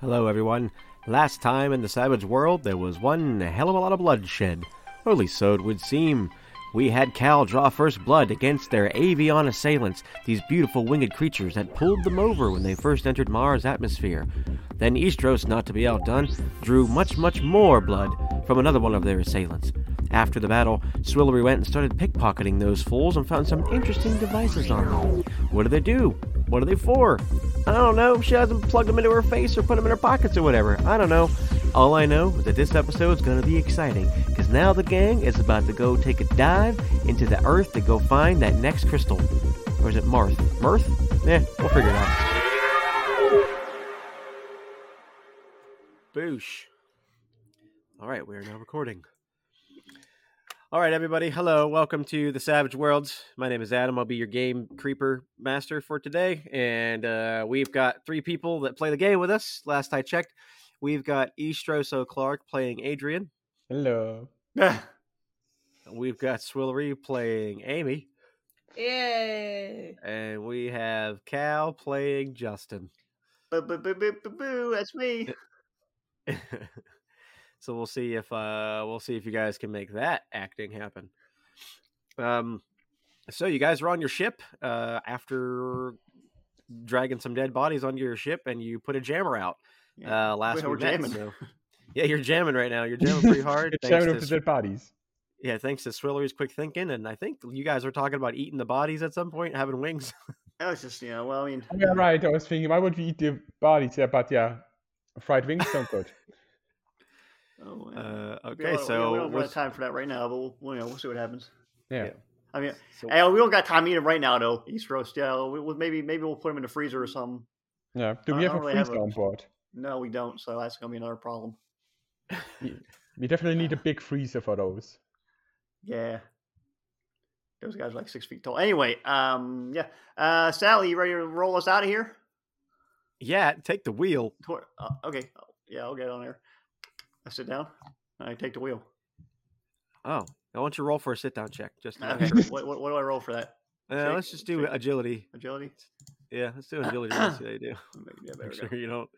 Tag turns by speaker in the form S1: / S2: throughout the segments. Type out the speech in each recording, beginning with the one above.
S1: Hello, everyone. Last time in the Savage World, there was one hell of a lot of bloodshed. Or at least so it would seem. We had Cal draw first blood against their avian assailants, these beautiful winged creatures that pulled them over when they first entered Mars' atmosphere. Then Eastros, not to be outdone, drew much, much more blood from another one of their assailants. After the battle, Swillery went and started pickpocketing those fools and found some interesting devices on them. What do they do? What are they for? I don't know. She hasn't plugged them into her face or put them in her pockets or whatever. I don't know. All I know is that this episode is going to be exciting because now the gang is about to go take a dive into the earth to go find that next crystal. Or is it Marth? Mirth? Eh, we'll figure it out. Boosh. All right, we are now recording. All right, everybody. Hello. Welcome to the Savage Worlds. My name is Adam. I'll be your game creeper master for today. And uh, we've got three people that play the game with us. Last I checked, we've got Estroso Clark playing Adrian.
S2: Hello.
S1: We've got Swillery playing Amy.
S3: Yay!
S1: And we have Cal playing Justin.
S3: Boo, boo, boo, boo, boo, boo, that's me.
S1: so we'll see if uh we'll see if you guys can make that acting happen um so you guys are on your ship uh after dragging some dead bodies onto your ship and you put a jammer out
S3: Yeah.
S1: uh last
S3: We're
S1: we met,
S3: jamming.
S1: so- yeah you're jamming right now you're jamming pretty hard
S2: It's
S1: thanks
S2: showing
S1: to
S2: up the dead bodies.
S1: yeah thanks to swillery's quick thinking and i think you guys were talking about eating the bodies at some point having wings
S3: That was just, you know, well, I mean,
S2: Oh, yeah, right. I was thinking, why would we eat the bodies? Yeah, but yeah, fried wings sound good.
S3: oh, yeah.
S1: uh
S3: We
S1: okay
S3: don't-
S1: so
S3: we don't have
S1: what's-
S3: time for that right now, but we'll, you know, we'll see what happens.
S2: Yeah.
S1: Yeah.
S3: I mean,
S1: so-
S3: hey, we don't got time to eat 'em right now, though. East roast, yeah. We, we, maybe, maybe we'll put them in the freezer or something.
S2: Yeah. Do
S3: I
S2: we have a
S3: don't really have
S2: freezer
S3: a-
S2: on board?
S3: No, we don't. So that's gonna be another problem.
S2: We definitely need a big freezer for those.
S3: Yeah, those guys are like six feet tall. Anyway, um, yeah. Uh, Sally, you ready to roll us out of here?
S1: yeah take the wheel
S3: Tor- Uh, okay, yeah, I'll get on there. I sit down. I take the wheel.
S1: oh i want you to roll for a sit down check just to make
S3: Okay.
S1: sure.
S3: what, what, what do I roll for that?
S1: Uh,
S3: Shake-
S1: let's just do
S3: shake-
S1: agility.
S3: Agility.
S1: Yeah, let's do agility. and see how you do.
S3: Maybe- yeah, there
S1: Make
S3: we
S1: sure
S3: go.
S1: you don't.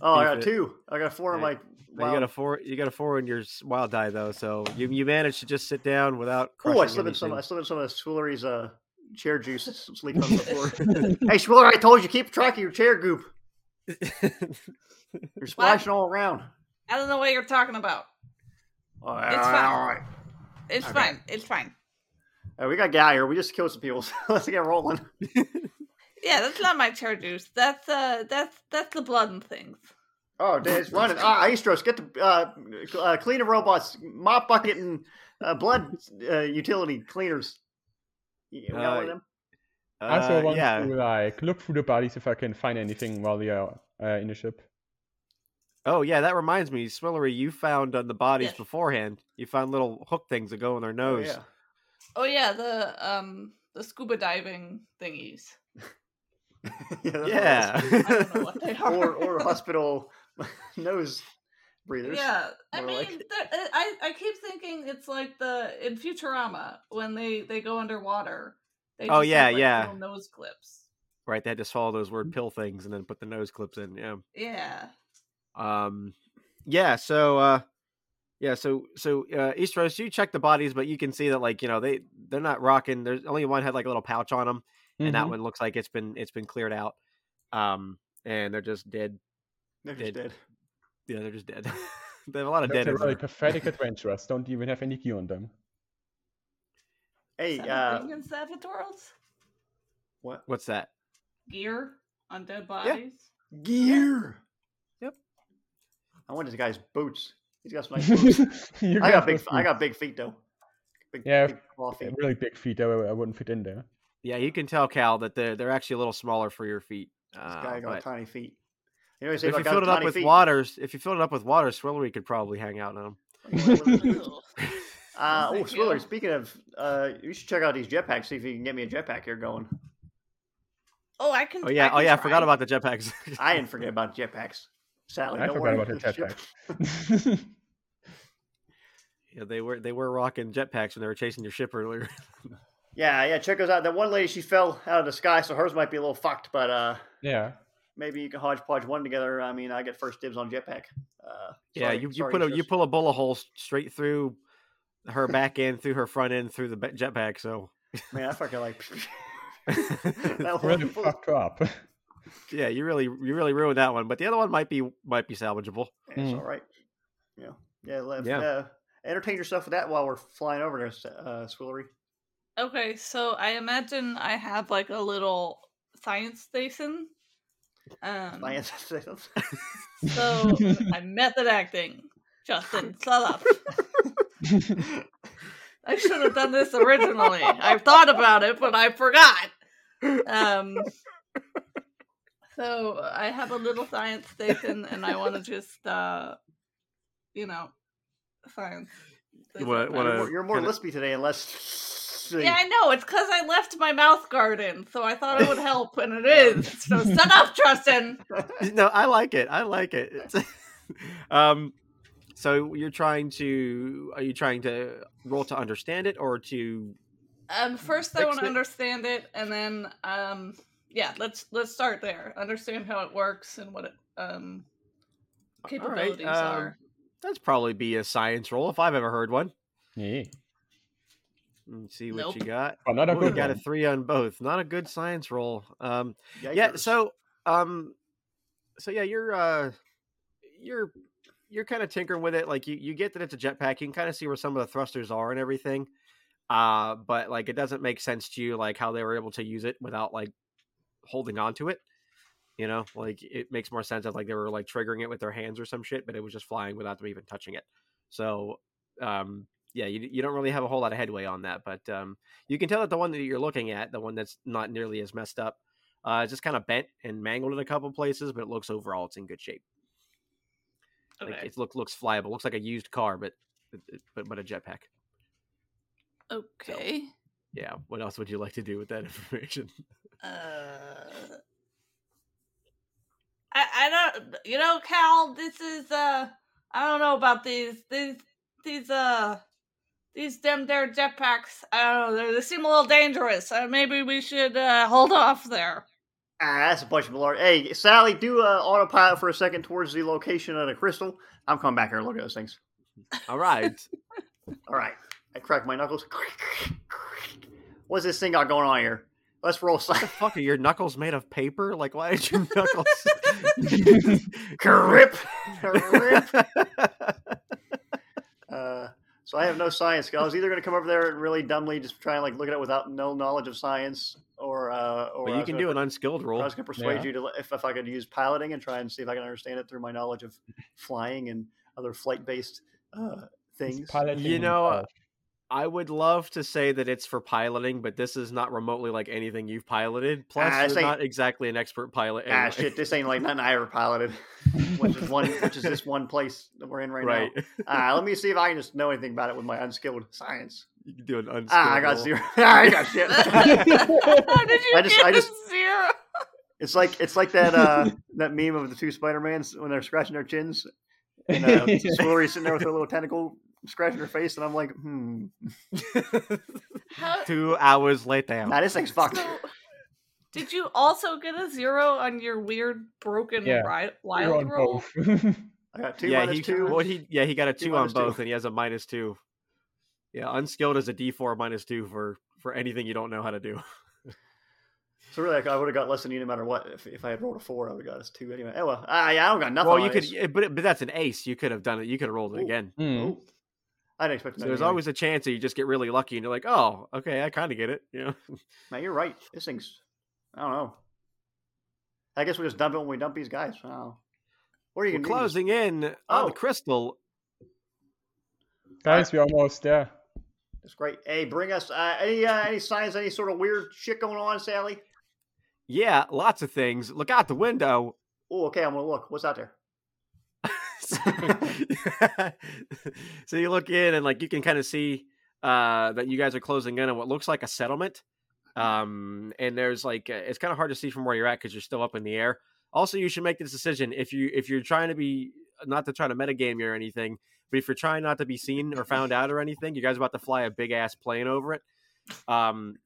S3: Oh, I got
S1: Beef it.
S3: two. I got four in my.
S1: Right. You got a four. You got a four in your s- wild die though, so you you managed to just sit down without.
S3: Oh, I
S1: crushing
S3: slid in some. I
S1: anything.
S3: slid in some of Swillery's uh, chair juice s- sleeping on the floor. hey, Swiller, I told you keep track of your chair goop. You're splashing all around.
S4: I don't know what you're talking about.
S3: All
S4: fine.
S3: right.
S4: It's
S3: Okay.
S4: fine. It's fine.
S3: All right, we got to get out of here. We just killed some people. So let's get rolling.
S4: Yeah, that's not my chair juice. That's uh, that's that's the blood and things.
S3: Oh, dude, it's running. Ah, Aistros, get the uh, cl- uh, cleaner robots, mop bucket, and uh, blood uh, utility cleaners. You you got one of
S1: Uh,
S3: them?
S2: I also
S1: Uh,
S2: want
S1: yeah.
S2: to like look through the bodies if I can find anything while they are uh, in the ship.
S1: Oh, yeah. That reminds me, Swillery, you found on the bodies
S4: Yes.
S1: beforehand. You found little hook things that go in their
S3: Oh,
S1: nose.
S3: yeah.
S4: Oh yeah, the um, the scuba diving thingies.
S3: yeah. that's what it is.
S1: yeah.
S4: I don't know what they are.
S3: or or hospital nose breathers.
S4: yeah, I
S3: more
S4: mean,
S3: like-
S4: they're- uh, I I keep thinking it's like the in Futurama when they they go underwater. They
S1: Oh,
S4: just
S1: yeah,
S4: have, like,
S1: yeah.
S4: little nose clips.
S1: right. They had to swallow those word pill things and then put the nose clips in. Yeah.
S4: Yeah.
S1: Um, yeah. So, uh, yeah. So, so uh, East Rose, you check the bodies, but you can see that, like, you know, they they're not rocking. There's only one had like a little pouch on them, and that
S2: Mhm.
S1: one looks like it's been it's been cleared out. Um, and they're just dead.
S3: They're just
S1: Did-
S3: dead.
S1: Yeah, they're just dead. they have a lot of
S2: Those
S1: dead. in
S2: are really
S1: there.
S2: pathetic adventurers. Don't even have any gear on them.
S3: Hey,
S4: Is that a
S3: uh,
S4: thing in Salvatore's
S3: what
S1: What's that?
S4: gear on dead bodies.
S3: gear?
S1: Yep.
S3: I want this guy's boots. He's got some nice boots.
S2: You
S3: I got
S2: those
S3: big. I
S2: boots.
S3: got big feet though. Big,
S2: Yeah.
S3: big claw feet.
S2: really big feet. I, I wouldn't fit in there.
S1: Yeah, you can tell Cal that they're they're actually a little smaller for your feet.
S3: This
S1: Uh,
S3: guy got
S1: but
S3: tiny feet. You know,
S1: if you
S3: got
S1: filled it up
S3: tiny
S1: with
S3: feet.
S1: water, if you filled it up with water, Swillery could probably hang out on them.
S4: Ew.
S3: uh, oh,
S4: Thank you.
S3: Swiller. Speaking of, uh, you should check out these jetpacks. See if you can get me a jetpack here going.
S4: Oh, I can.
S1: Oh yeah,
S4: can
S1: oh yeah, I forgot
S4: try.
S1: about the jetpacks.
S3: I didn't forget about jetpacks. Sally,
S2: I
S3: don't
S2: forgot
S3: worry.
S2: about the
S3: This ship-
S2: jetpack.
S1: yeah, they were they were rocking jetpacks when they were chasing your ship earlier.
S3: Yeah, yeah. Check those out. That one lady, she fell out of the sky, so hers might be a little fucked. But uh,
S2: yeah.
S3: maybe you can hodgepodge one together. I mean, I get first dibs on jetpack. Uh,
S1: Yeah,
S3: sorry-
S1: you, you
S3: sorry,
S1: put a
S3: Eastros.
S1: you pull a bullet hole s- straight through her back end, through her front end, through the ba- jetpack. So
S3: man, I fucking like that
S2: Really
S3: one. was-
S2: fucked her up.
S1: yeah, you really you really ruined that one. But the other one might be might be salvageable.
S3: It's
S2: Mm.
S3: all right. Yeah, yeah. Let,
S1: Hmm. Yeah.
S3: Uh, entertain yourself with that while we're flying over there, S- uh, Swillery.
S4: Okay, so I imagine I have like a little science station. Um,
S3: My ancestors.
S4: so I'm method acting. Justin, shut up. I should have done this originally. I've thought about it, but I forgot. Um, so I have a little science station, and I want to just, uh, you know, science.
S1: You wanna-
S4: station.
S1: wanna-
S3: You're more
S1: Kinda-
S3: lispy today, unless.
S4: Yeah, I know. It's because I left my mouth guard in, so I thought it would help, and it is. So shut up, Tristan.
S1: no, I like it. I like it. It's- um, so you're trying to are you trying to roll to understand it or to
S4: Um, first I
S1: Fix
S4: want to
S1: it.
S4: understand it, and then um, yeah, let's let's start there. Understand how it works and what it, um
S1: right,
S4: capabilities
S1: um,
S4: are.
S1: that's probably be a science roll if I've ever heard one.
S2: yeah.
S1: Let's see what you
S4: Nope.
S1: got.
S2: But not a
S1: Oh, you
S2: good
S1: got a
S2: one.
S1: three on both. Not a good science roll. Um, yeah
S3: Yikers.
S1: so um so yeah you're uh you're you're kind of tinkering with it like you you get that it's a jetpack you can kind of see where some of the thrusters are and everything uh but like it doesn't make sense to you like how they were able to use it without like holding on to it you know like it makes more sense of like they were like triggering it with their hands or some shit but it was just flying without them even touching it so um yeah you, you don't really have a whole lot of headway on that but um you can tell that the one that you're looking at the one that's not nearly as messed up uh, it's just kind of bent and mangled in a couple places, but it looks overall it's in good shape.
S4: Okay.
S1: Like, it look, looks flyable. Looks like a used car, but but- but but a jetpack.
S4: okay.
S1: Yeah. What else would you like to do with that information?
S4: Uh, I I don't. You know, Cal. This is uh. I don't know about these these these uh. These damn dare jetpacks, I don't know, they- they seem a little dangerous. Uh, maybe we should uh, hold off there.
S3: Ah, that's a bunch of malarkey. Hey, Sally, do uh, autopilot for a second towards the location of the crystal. I'm coming back here. and Look at those things.
S1: All right.
S3: All right. I cracked my knuckles. What's this thing got going on here? Let's roll
S1: the
S3: science.
S1: fuck are your knuckles made of paper? Like why did your knuckles?
S3: Grip. Grip. Uh, so I have no science skill. I was either going to come over there and really dumbly just try and like look at it without no knowledge of science, or uh, or
S1: Well, you can do an unskilled
S3: I
S1: roll.
S3: was going to persuade
S2: Yeah.
S3: you to let- if, if I could use piloting and try and see if I can understand it through my knowledge of flying and other flight based uh, things.
S2: Piloting
S1: You know,
S2: himself.
S1: I would love to say that it's for piloting, but this is not remotely like anything you've piloted. Plus,
S3: Ah,
S1: you're
S3: say-
S1: not exactly an expert pilot.
S3: Ah,
S1: anyway.
S3: shit! This ain't like nothing I ever piloted, which is one, which is this one place that we're in right,
S1: Right.
S3: now. Uh, let me see if I can just know anything about it with my unskilled science.
S1: You can do an unskilled.
S3: Ah, I got
S1: roll.
S3: zero. Ah, I got shit.
S4: How did you
S3: I just-
S4: get
S3: I
S4: a
S3: just-
S4: zero?
S3: It's like it's like that uh, that meme of the two Spider Mans when they're scratching their chins, and uh, Swillery's sitting there with her little tentacle scratching her face, and I'm like, hmm,
S4: How,
S1: Two hours later.
S3: nah, this thing's fucked.
S4: so, did you also get a zero on your weird broken
S2: Yeah,
S4: ri-
S2: You're
S4: wild
S2: on
S4: roll?
S2: both. Hmm.
S3: I got two
S1: yeah,
S3: minus
S1: he,
S3: two.
S1: Well, he yeah he got a two, on
S3: minus two.
S1: both, and he has a minus two. Yeah, unskilled is a D four minus two for for anything you don't know how to do.
S3: So really, like, I would have got less than you no matter what. If, if I had rolled a four, I would have got us two anyway. Oh well, I, I don't got nothing.
S1: well,
S3: on
S1: you could,
S3: this.
S1: yeah, but but that's an ace. You could have done it. You could have rolled it
S3: Ooh.
S1: again.
S2: Mm.
S3: Ooh. Oh. I didn't expect.
S1: Hmm. So
S3: that
S1: there's
S3: anyway.
S1: always a chance that you just get really lucky, and you're like, oh, okay, I kind of get it. You know,
S3: Man, you're right. This thing's. I don't know. I guess we just dump it when we dump these guys. I don't know. Or
S1: we're
S3: you can do this.
S1: closing in on
S3: Oh.
S1: the crystal.
S2: Guys, we're almost there.
S3: That's great. Hey, bring us uh, any uh, any signs, any sort of weird shit going on, Sally.
S1: Yeah, lots of things. Look out the window.
S3: Oh, okay. I'm gonna look. What's out there?
S1: so so you look in and like you can kind of see uh that you guys are closing in on what looks like a settlement um and there's like uh, it's kind of hard to see from where you're at because you're still up in the air also you should make this decision if you if you're trying to be uh, not to try to metagame you or anything but if you're trying not to be seen or found out or anything you guys are about to fly a big ass plane over it um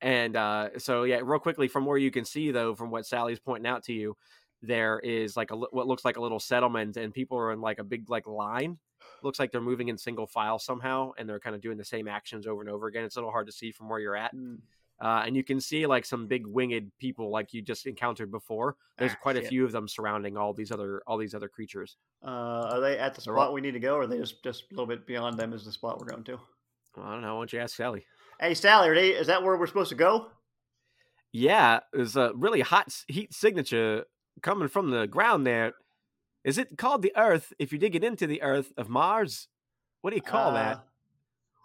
S1: And uh, so, yeah, real quickly from where you can see, though, from what Sally's pointing out to you, there is like a li- what looks like a little settlement, and people are in like a big like line. Looks like they're moving in single file somehow, and they're kind of doing the same actions over and over again. It's a little hard to see from where you're at,
S3: Mm.
S1: uh, and you can see like some big winged people like you just encountered before. There's
S3: Ah,
S1: quite a
S3: shit.
S1: few of them surrounding all these other all these other creatures.
S3: Uh, are they at the
S1: They're
S3: spot
S1: all-
S3: we need to go, or are they just just a little bit beyond them? Is the spot we're going to?
S1: Well, I don't know. Why don't you ask Sally?
S3: Hey, Sally, are they, is that where we're supposed to go?
S1: Yeah, there's a really hot s- heat signature coming from the ground there. Is it called the Earth? If you dig it into the Earth of Mars, what do you call that?
S3: Uh,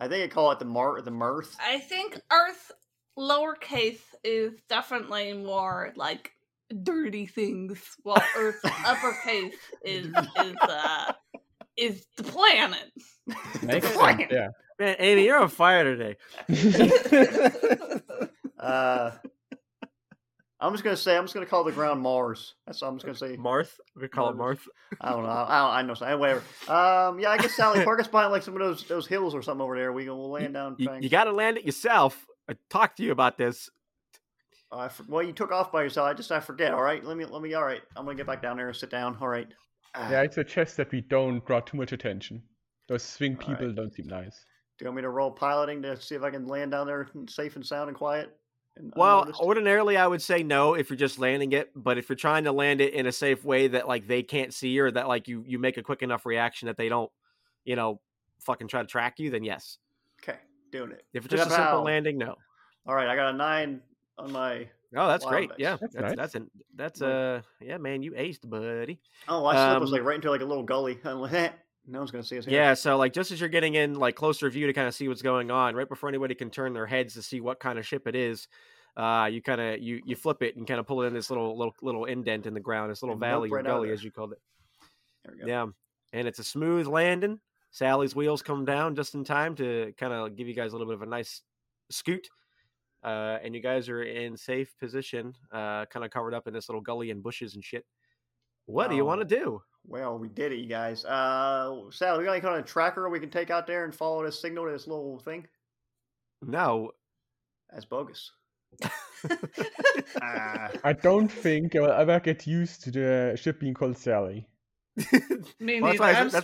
S3: I think I call it the mar the mirth.
S4: I think Earth lowercase is definitely more like dirty things, while Earth uppercase is is uh is the planet.
S2: Makes
S3: plan.
S2: sense, yeah.
S1: Man, Amy, you're on fire today.
S3: Uh, I'm just gonna say I'm just gonna call the ground Mars. That's all I'm just gonna say.
S1: Marth, we call it Marth.
S3: I don't know. I, don't, I know. something. Whatever. Um, yeah, I guess Sally Park us behind like some of those those hills or something over there. We can we'll land down.
S1: You,
S3: thanks.
S1: you got to land it yourself. I talked to you about this.
S3: I f- well, you took off by yourself. I just I forget. All right, let me let me. All right, I'm gonna get back down there and sit down. All right. Ah,
S2: yeah, I suggest that we don't draw too much attention. Those swing
S3: All right.
S2: people don't seem nice.
S3: Do you want me to roll piloting to see if I can land down there safe and sound and quiet? And
S1: Well,
S3: unnoticed?
S1: ordinarily I would say no if you're just landing it, but if you're trying to land it in a safe way that like they can't see or that like you you make a quick enough reaction that they don't, you know, fucking try to track you, then yes.
S3: okay, doing it.
S1: If it's just a simple
S3: Kapow.
S1: landing, no.
S3: All right, I got a nine on my.
S1: Oh, that's
S3: Wow,
S1: great.
S3: that's-
S1: Yeah,
S2: that's
S1: that's
S2: nice.
S1: that's an, that's
S3: Like-
S1: uh yeah, man, you aced, buddy.
S3: Oh, I slip was
S1: Um,
S3: like right into like a little gully. I'm like, eh, no one's gonna see us. Here.
S1: Yeah, so like just as you're getting in like closer view to kind of see what's going on, right before anybody can turn their heads to see what kind of ship it is, uh, you kind of you you flip it and kind of pull it in this little little little indent in the ground, this little
S3: And nope
S1: valley or
S3: right out of
S1: gully
S3: there.
S1: as you called it.
S3: There we
S1: Yeah.
S3: go.
S1: and it's a smooth landing. Sally's wheels come down just in time to kind of give you guys a little bit of a nice scoot. Uh, and you guys are in safe position, uh, kind of covered up in this little gully and bushes and shit. What do you want
S3: Oh.
S1: to do?
S3: Well, we did it, you guys. Uh, Sal, we got any kind of tracker we can take out there and follow this signal to this little thing?
S1: No,
S3: That's bogus. Ah,
S2: I don't think I will ever get used to the ship being called Sally.
S4: Me
S1: Well, that's
S4: neither.
S1: why I said-
S4: I'm
S1: that's-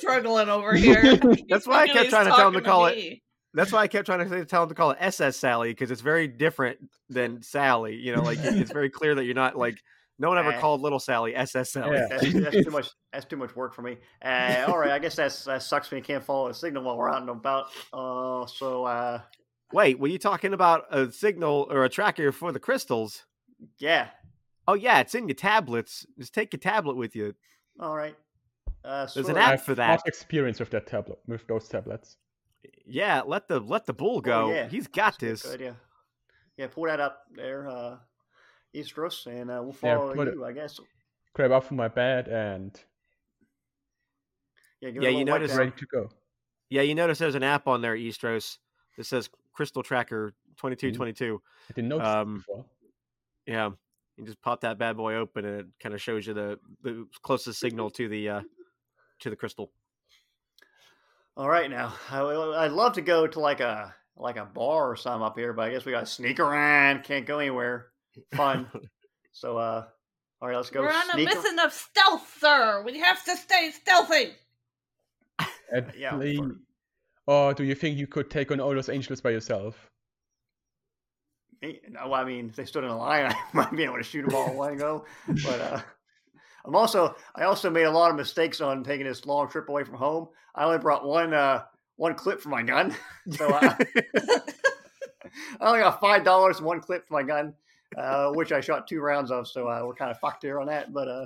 S4: struggling over here.
S1: That's why I
S4: He's
S1: kept trying to tell him to
S4: talking
S1: call it-
S4: me.
S1: that's why I kept trying to say, tell him to call it SS Sally because it's very different than Sally. You know, like it's very clear that you're not like no one ever
S3: Eh.
S1: called little Sally SS Sally.
S2: Yeah.
S3: that's, that's too much. That's too much work for me. Uh, all right, I guess that's that sucks. We can't follow the signal while we're out and about. Uh, so uh,
S1: Wait, were you talking about a signal or a tracker for the crystals?
S3: yeah,
S1: Oh yeah, it's in your tablets. Just take your tablet with you.
S3: all right. Uh,
S1: There's
S3: sweet.
S1: an app
S2: I've
S1: for that.
S2: not experienced with that tablet, with those tablets.
S1: Yeah, let the let the bull go.
S3: Oh, yeah.
S1: He's got
S3: That's
S1: this.
S3: a Good idea. Yeah, pull that up there, uh, Eastros, and uh, we'll
S2: Yeah,
S3: follow
S2: put it-
S3: you, I guess.
S2: Grab up from my bed and
S3: Yeah,
S1: Yeah,
S3: it a
S1: you
S3: little wipe
S1: notice-
S3: down.
S2: ready to go.
S1: Yeah, you notice there's an app on there, Eastros, that says Crystal Tracker
S3: Mm-hmm.
S1: twenty two
S2: Mhm.
S1: twenty two.
S2: I didn't notice
S1: Um,
S2: it before.
S1: Yeah. You just pop that bad boy open and it kind of shows you the, the closest signal to the uh to the crystal.
S3: All right, now I, would love to go to like a like a bar or something up here, but I guess we got to sneak around. Can't go anywhere. Fun. so, uh, all right, let's go.
S4: We're on a
S3: sneak ar-
S4: mission of stealth, sir. We have to stay stealthy.
S2: And
S3: yeah,
S2: play-
S3: for-
S2: Or Oh, do you think you could take on all those angels by yourself?
S3: me- No, I mean, if they stood in a line, I might be able to shoot them all in one go. But uh, I'm also I also made a lot of mistakes on taking this long trip away from home. I only brought one uh one clip for my gun, so uh, I only got five dollars and one clip for my gun, uh, which I shot two rounds of. So uh, we're kind of fucked here on that. But uh,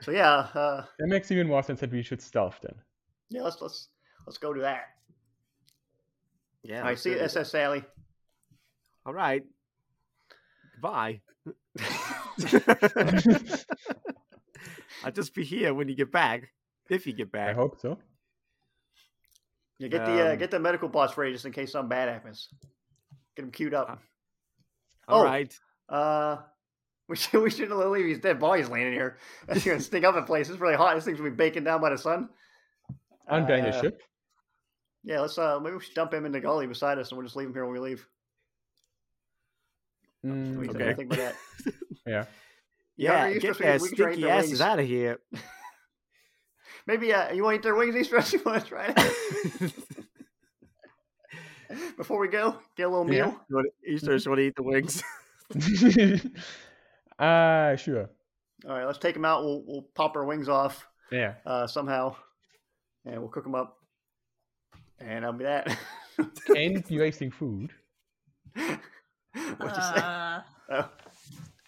S3: so yeah, uh,
S2: That makes even more sense that we should stealth then.
S3: yeah, let's let's let's go do that.
S1: Yeah.
S3: All right,
S1: let's
S3: see
S1: do
S3: you,
S1: this.
S3: SS Sally.
S1: All right. Goodbye. I'll just be here when you get back. If you get
S2: I
S1: back.
S2: hope so.
S3: Yeah, get the uh,
S1: Um,
S3: get the medical box ready just in case something bad happens. Get him queued up.
S1: All
S3: Oh.
S1: right.
S3: Uh, we should we shouldn't leave these dead bodies landing here. That's gonna stink up in place. It's really hot. This thing's gonna be baking down by the sun.
S2: I'm buying a
S3: Uh,
S2: ship.
S3: Yeah, let's uh maybe we should dump him in the gully beside us, and we'll just leave him here when we leave.
S2: Mm,
S3: What do you think-
S1: Okay.
S3: think about that?
S2: Yeah.
S3: Yeah,
S1: Yeah,
S3: you
S1: get
S3: supposed to
S1: their
S3: eat- we can try to eat
S1: stinky
S3: their
S1: asses
S3: wings.
S1: out of here.
S3: Maybe uh, you want to eat their wings, Easter? You want to try it? Before we go, get a little
S2: Yeah.
S3: meal.
S1: You wanna- You just want to eat the wings.
S2: Mm, uh, sure.
S3: All right, let's take them out. We'll, we'll pop our wings off
S2: Yeah.
S3: uh, somehow, and we'll cook them up. And I'll be that.
S2: And you're wasting food.
S3: What'd you say?
S4: Uh,
S3: Oh,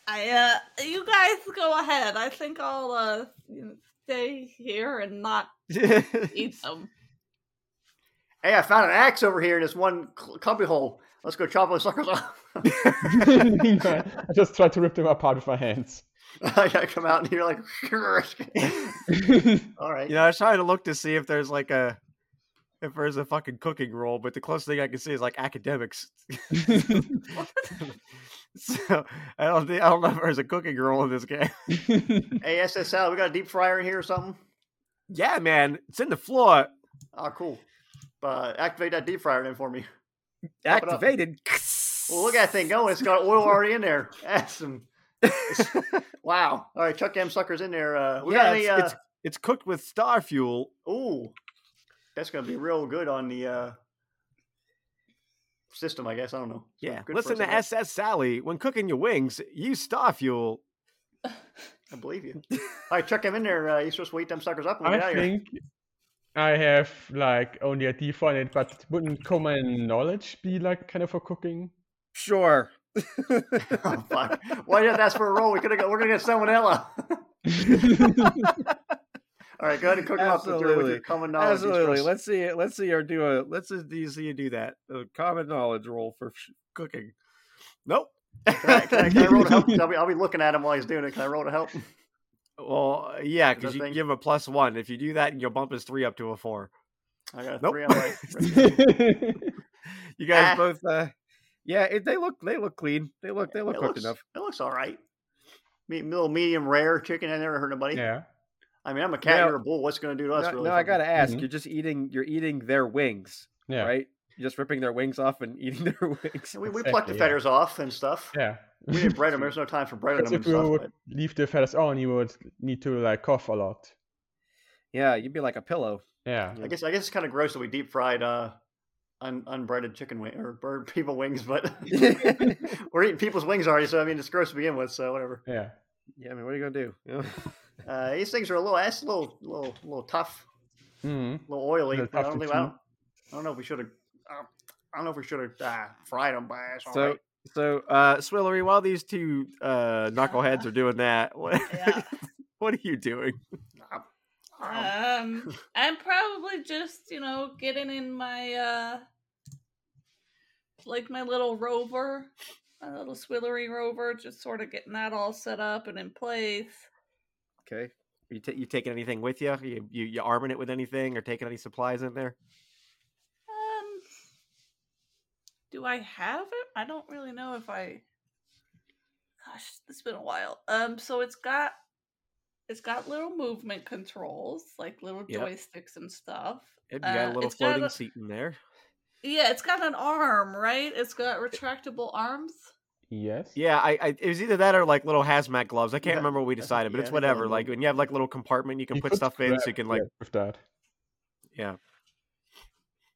S4: I uh, you guys go ahead. I think I'll uh you know, stay here and not eat them.
S3: Hey, I found an axe over here in this one cl- cubbyhole. Let's go chop those suckers off.
S2: I just tried to rip them apart with my hands.
S3: I gotta come out, and you're like, all right.
S1: you know, I was trying to look to see if there's like a if there's a fucking cooking role, but the closest thing I can see is like academics. so I don't think I don't know if there's a cooking role in this game.
S3: Hey, SSL, we got a deep fryer in here or something.
S1: Yeah, man, it's in the floor
S3: Oh, cool. Uh, activate that deep fryer then for me. Pop it up.
S1: activated.
S3: Well, look at that thing going. It's got oil already in there. That's some. wow. All right, chuck them suckers in there. Uh, we
S1: yeah,
S3: got any?
S1: it's,
S3: Uh,
S1: it's it's cooked with star fuel.
S3: ooh, that's gonna be real good on the uh, system, I guess. I don't know.
S1: Yeah,
S3: Good for
S1: listen
S3: us,
S1: to
S3: I guess.
S1: SS Sally. When cooking your wings, use star fuel.
S3: I believe you. All right, chuck them in there. Uh, you're supposed to wait them suckers up and get out
S2: I
S3: of here.
S2: think I have like only a D for it, but wouldn't common knowledge be like kind of for cooking?
S1: Sure.
S3: Oh, fuck. Why did that's for a roll? We could have. We're gonna get salmonella. All right, go ahead and cook them up with your, with
S1: Absolutely.
S3: your common knowledge.
S1: Absolutely.
S3: Estrus.
S1: Let's see. Let's see her do a. Let's see you see her do that. A common knowledge roll for sh- cooking. Nope.
S3: Can I, can I- can I roll to help? 'Cause I'll be, I'll be looking at him while he's doing it. Can I roll to help?
S1: well, yeah,
S3: that
S1: because you can
S3: thing?
S1: give him a plus one. If you do that, your bump is three up to a four.
S3: I got a
S1: Nope.
S3: three on my.
S1: You guys
S3: Ah.
S1: both. Uh, yeah, it, they look. They look clean. They look. They look
S3: it
S1: cooked
S3: looks,
S1: enough.
S3: It looks all right. Me, little medium rare chicken. I never heard of buddy.
S2: yeah.
S3: I mean, I'm a cat.
S1: Now-
S3: you're a bull. What's it going to do to us?
S1: No,
S3: really?
S1: no, I
S3: fucking-
S1: gotta ask.
S2: Mhm.
S1: You're just eating. You're eating their wings,
S2: Yeah.
S1: right? You're just ripping their wings off and eating their wings.
S3: We, we plucked the
S2: Exactly, yeah.
S3: feathers off and stuff.
S2: Yeah.
S3: We didn't bread them. There's no time for breading
S2: Because
S3: them and
S2: if you
S3: stuff.
S2: would
S3: But
S2: leave the feathers on, you would need to like cough a lot.
S1: Yeah, you'd be like a pillow.
S2: Yeah.
S3: I guess I guess it's kind of gross that we deep fried uh, un, unbreaded chicken wing or bird people wings, but we're eating people's wings already. So I mean, it's gross to begin with. So whatever.
S2: Yeah.
S1: Yeah, I mean, what are you gonna do? You know?
S3: Uh, these things are a little that's a little little little tough,
S2: hmm
S3: a little oily.
S2: Little
S3: but I
S2: tough
S3: don't
S2: to
S3: think I don't, I don't know if we should have. Uh, I don't know if we should have uh, fried them, but it's all
S1: So,
S3: right.
S1: so uh, Swillery, while these two uh, knuckleheads are doing that, what,
S4: Yeah.
S1: what are you doing?
S3: Um,
S4: Um, I'm probably just you know getting in my uh, like my little rover, my little swillery rover, just sort of getting that all set up and in place.
S1: Okay, you ta- you taking anything with you? You, you? you arming it with anything, or taking any supplies in there?
S4: Um, do I have it? I don't really know if I. Gosh, it's been a while. Um, so it's got it's got little movement controls, like little
S1: Yep.
S4: joysticks and stuff.
S1: Yep, You got
S4: Uh,
S1: a little
S4: it's got
S1: floating
S4: a-
S1: seat in there.
S4: Yeah, it's got an arm, right? It's got retractable arms.
S2: Yes.
S1: Yeah, I, I it was either that or like little hazmat gloves. I can't
S3: Yeah,
S1: remember what we
S3: think-
S1: decided, but
S3: yeah, I
S1: it's
S3: think that was
S1: whatever.
S3: one.
S1: Like when you have like a little compartment, you can put
S2: could
S1: stuff in, so
S2: grab
S1: you can like
S2: that with that.
S1: yeah.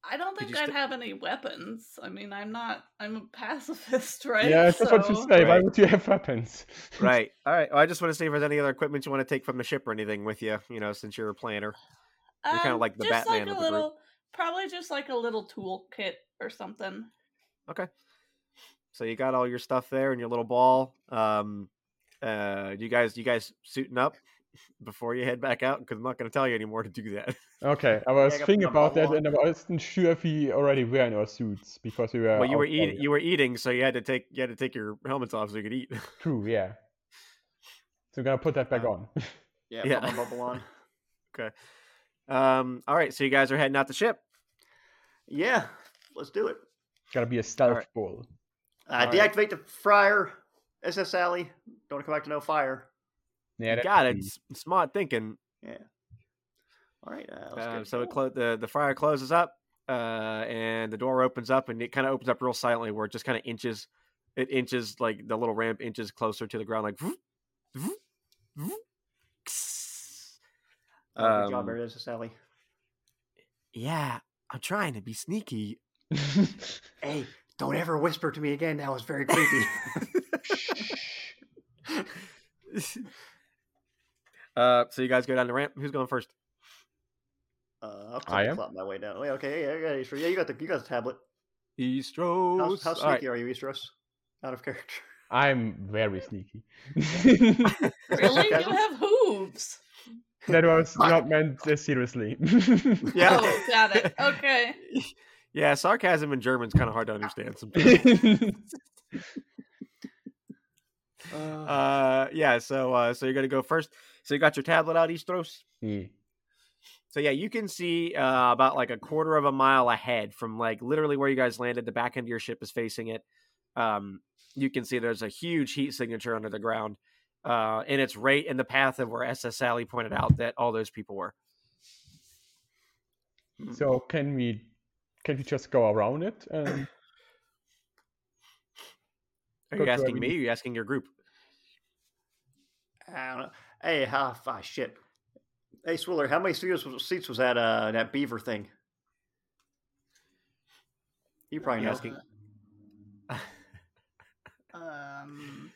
S4: I don't
S1: Did
S4: think
S1: you
S4: I'd
S1: st-
S4: have any weapons. I mean, I'm not. I'm a pacifist, right?
S2: Yeah, that's what you
S4: So-
S2: say. Why
S1: Right.
S2: would you have weapons?
S1: Right. All right. Well, I just want to see if there's any other equipment you want to take from the ship or anything with you. You know, since you're a planner. You're kinda
S4: Um,
S1: like the
S4: just
S1: Batman
S4: like
S1: of
S4: a
S1: the group.
S4: little, probably just like a little toolkit or something.
S1: So you got all your stuff there and your little ball. Um, uh, you guys, you guys suiting up before you head back out because I'm not going to tell you anymore to do that.
S2: Okay. I was
S3: I got
S2: thinking
S3: my
S2: about that,
S3: bubble.
S2: and I wasn't sure if we already were in our suits because we were.
S1: well, you were
S2: out
S1: eating,
S2: earlier.
S1: you were eating, so you had to take, you had to take your helmets off so you could eat.
S2: True. Yeah. So I'm gonna put that back on.
S3: yeah,
S1: yeah.
S3: put my bubble on.
S1: Um, all right, so you guys are heading out the ship.
S3: Yeah, let's do it.
S2: Gotta be a stealth
S1: right.
S2: ball.
S3: Uh,
S1: All right.
S3: deactivate the fryer. SS Alley. Don't come back to no fire.
S2: Yeah.
S1: you
S2: that's
S1: got it.
S2: true.
S1: S- smart thinking.
S3: All right. Uh, let's
S1: Uh,
S3: get
S1: so it
S3: going.
S1: clo- the the fryer closes up, uh, and the door opens up, and it kind of opens up real silently, where it just kind of inches it inches like the little ramp inches closer to the ground, like. vroom, vroom, vroom.
S3: Oh, good job,
S1: Um,
S3: Mary. That's Sally.
S1: yeah, I'm trying to be sneaky.
S3: Hey, don't ever whisper to me again. That was very creepy.
S1: uh, so you guys go down the ramp. Who's going first?
S3: uh, I'll
S2: I am?
S3: clap my way down. Wait, okay, yeah, yeah, yeah, sure. Yeah, you got the you got the tablet.
S1: Eastros.
S3: How, how
S1: All right.
S3: sneaky are you, Eastros? Out of character.
S2: I'm very sneaky.
S4: Really?
S3: Okay.
S4: you have hooves.
S2: that was not meant uh, seriously.
S1: Yeah.
S4: Oh, got it. Okay.
S1: Yeah, sarcasm in German's kind of hard to understand sometimes.
S2: I
S3: Uh,
S1: uh, yeah, so uh, so you're gonna go first. So you got your tablet out, Eastros. So yeah, you can see uh, about like a quarter of a mile ahead from like literally where you guys landed. The back end of your ship is facing it. Um, you can see there's a huge heat signature under the ground, uh, and it's right in the path of where SS Sally pointed out that all those people were.
S2: So can we can we just go around it? Um,
S1: Are you
S2: That's what
S1: asking
S2: we
S1: me? Are you asking your group?
S3: I don't know. Hey, how ah, shit. Hey, Swiller, how many seats was, seats was that uh that beaver thing? You probably
S1: You
S3: know.
S1: asking-
S4: Um,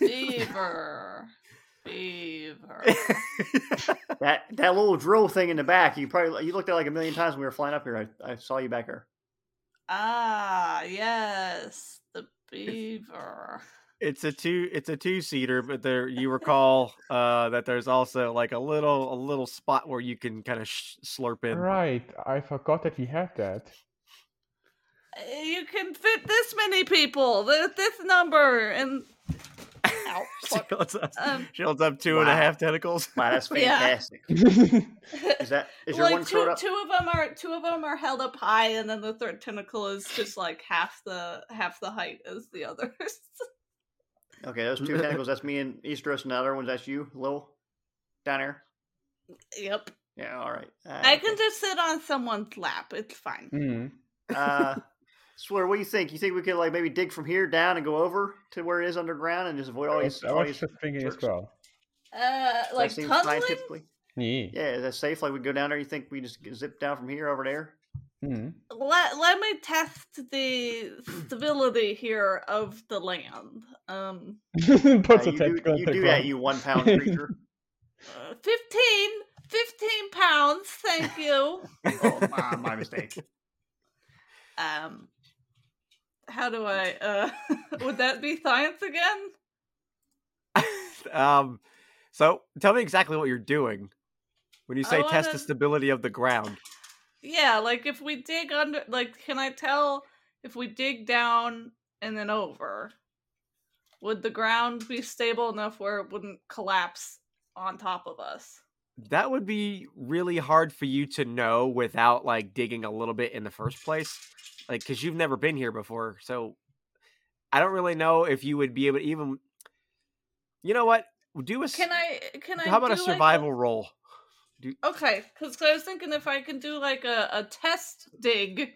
S4: beaver. Beaver.
S3: That that little drill thing in the back. You probably you looked at it like a million times when we were flying up here. I, I saw you back there.
S4: Ah, yes. The beaver.
S1: it's a two it's a two seater but there you recall uh that there's also like a little a little spot where you can kind of sh- slurp in
S2: right, I forgot that we had that.
S4: Uh, You can fit this many people, th- this number, and. Ow.
S1: she,
S4: fuck.
S1: holds up,
S4: Um,
S1: she holds up two and a
S3: Wow.
S1: half tentacles
S3: Wow, that's
S4: Yeah.
S3: fantastic. Is that is your
S4: like
S3: one short
S4: two,
S3: up?
S4: two of them are two of them are held up high, and then the third tentacle is just like half the half the height as the others.
S3: Okay, those two tentacles. That's me and Eastros, and the other ones. That's you, Lil, down there.
S4: yep,
S3: Yeah, all right. Uh,
S4: I can
S3: okay.
S4: just sit on someone's lap. It's fine.
S2: Mm.
S3: uh, Swiller, what do you think? You think we could like maybe dig from here down and go over to where it is underground and just avoid all
S2: I
S3: these?
S2: was I
S3: All
S2: was
S3: these
S2: just thinking as
S3: jerks.
S2: well.
S4: Uh,
S3: that
S4: like
S3: seems
S4: tunneling.
S3: scientifically-
S2: Yeah.
S3: Yeah, is that safe? Like we go down there? You think we just g- zip down from here over there?
S2: Mm.
S4: Let let me test the stability here of the land. Um,
S2: Puts a
S3: Uh, you
S2: tentacle
S3: do,
S2: in
S3: you
S2: the
S3: do
S2: ground.
S3: that, you one pound creature.
S4: uh, 15, 15 pounds. Thank you.
S3: oh, my, my mistake.
S4: um, how do I? Uh, would that be science again?
S1: um so tell me exactly what you're doing when you say
S4: Oh, I
S1: test the
S4: don't-
S1: stability of the ground
S4: Yeah, like if we dig under, like, can I tell if we dig down and then over? Would the ground be stable enough where it wouldn't collapse on top of us?
S1: that would be really hard for you to know without like digging a little bit in the first place like because you've never been here before so i don't really know if you would be able to even you know what do a s-
S4: Can I? Can I?
S1: how about a
S4: do, like,
S1: survival roll
S4: Okay, because I was thinking if I can do like a, a test dig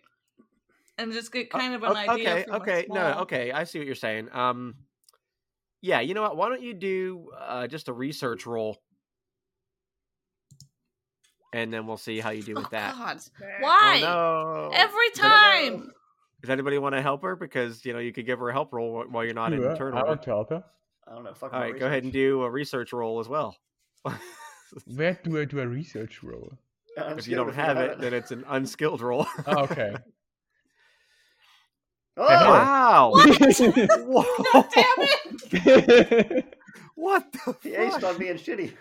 S4: and just get
S1: O-
S4: kind of an
S1: Uh, o-
S4: idea.
S1: okay
S4: from a
S1: okay no no,
S4: small-
S1: okay i see what you're saying um yeah you know what why don't you do uh just a research roll and then we'll see how you do with
S4: Oh,
S1: that
S4: God.
S3: Oh,
S4: Why?
S1: oh, no.
S4: Every
S3: I don't know.
S4: time.
S1: Does anybody want to help her? Because you know you could give her a help roll wh- while you're not in
S2: You, uh,
S1: turn
S2: I
S1: order.
S2: want to help her.
S3: I don't know. Fuck
S1: All
S3: my
S1: right, go ahead and
S3: research.
S1: do a research roll as well.
S2: Where do I do a research roll?
S3: Yeah, I'm
S1: if you
S3: scared
S1: don't have it, then
S3: it.
S1: it's an unskilled roll.
S2: Oh, okay.
S3: Oh,
S1: wow!
S4: What?
S1: Whoa.
S4: Damn it!
S1: What the
S3: Oh, he aced
S1: fuck?
S3: on being shitty.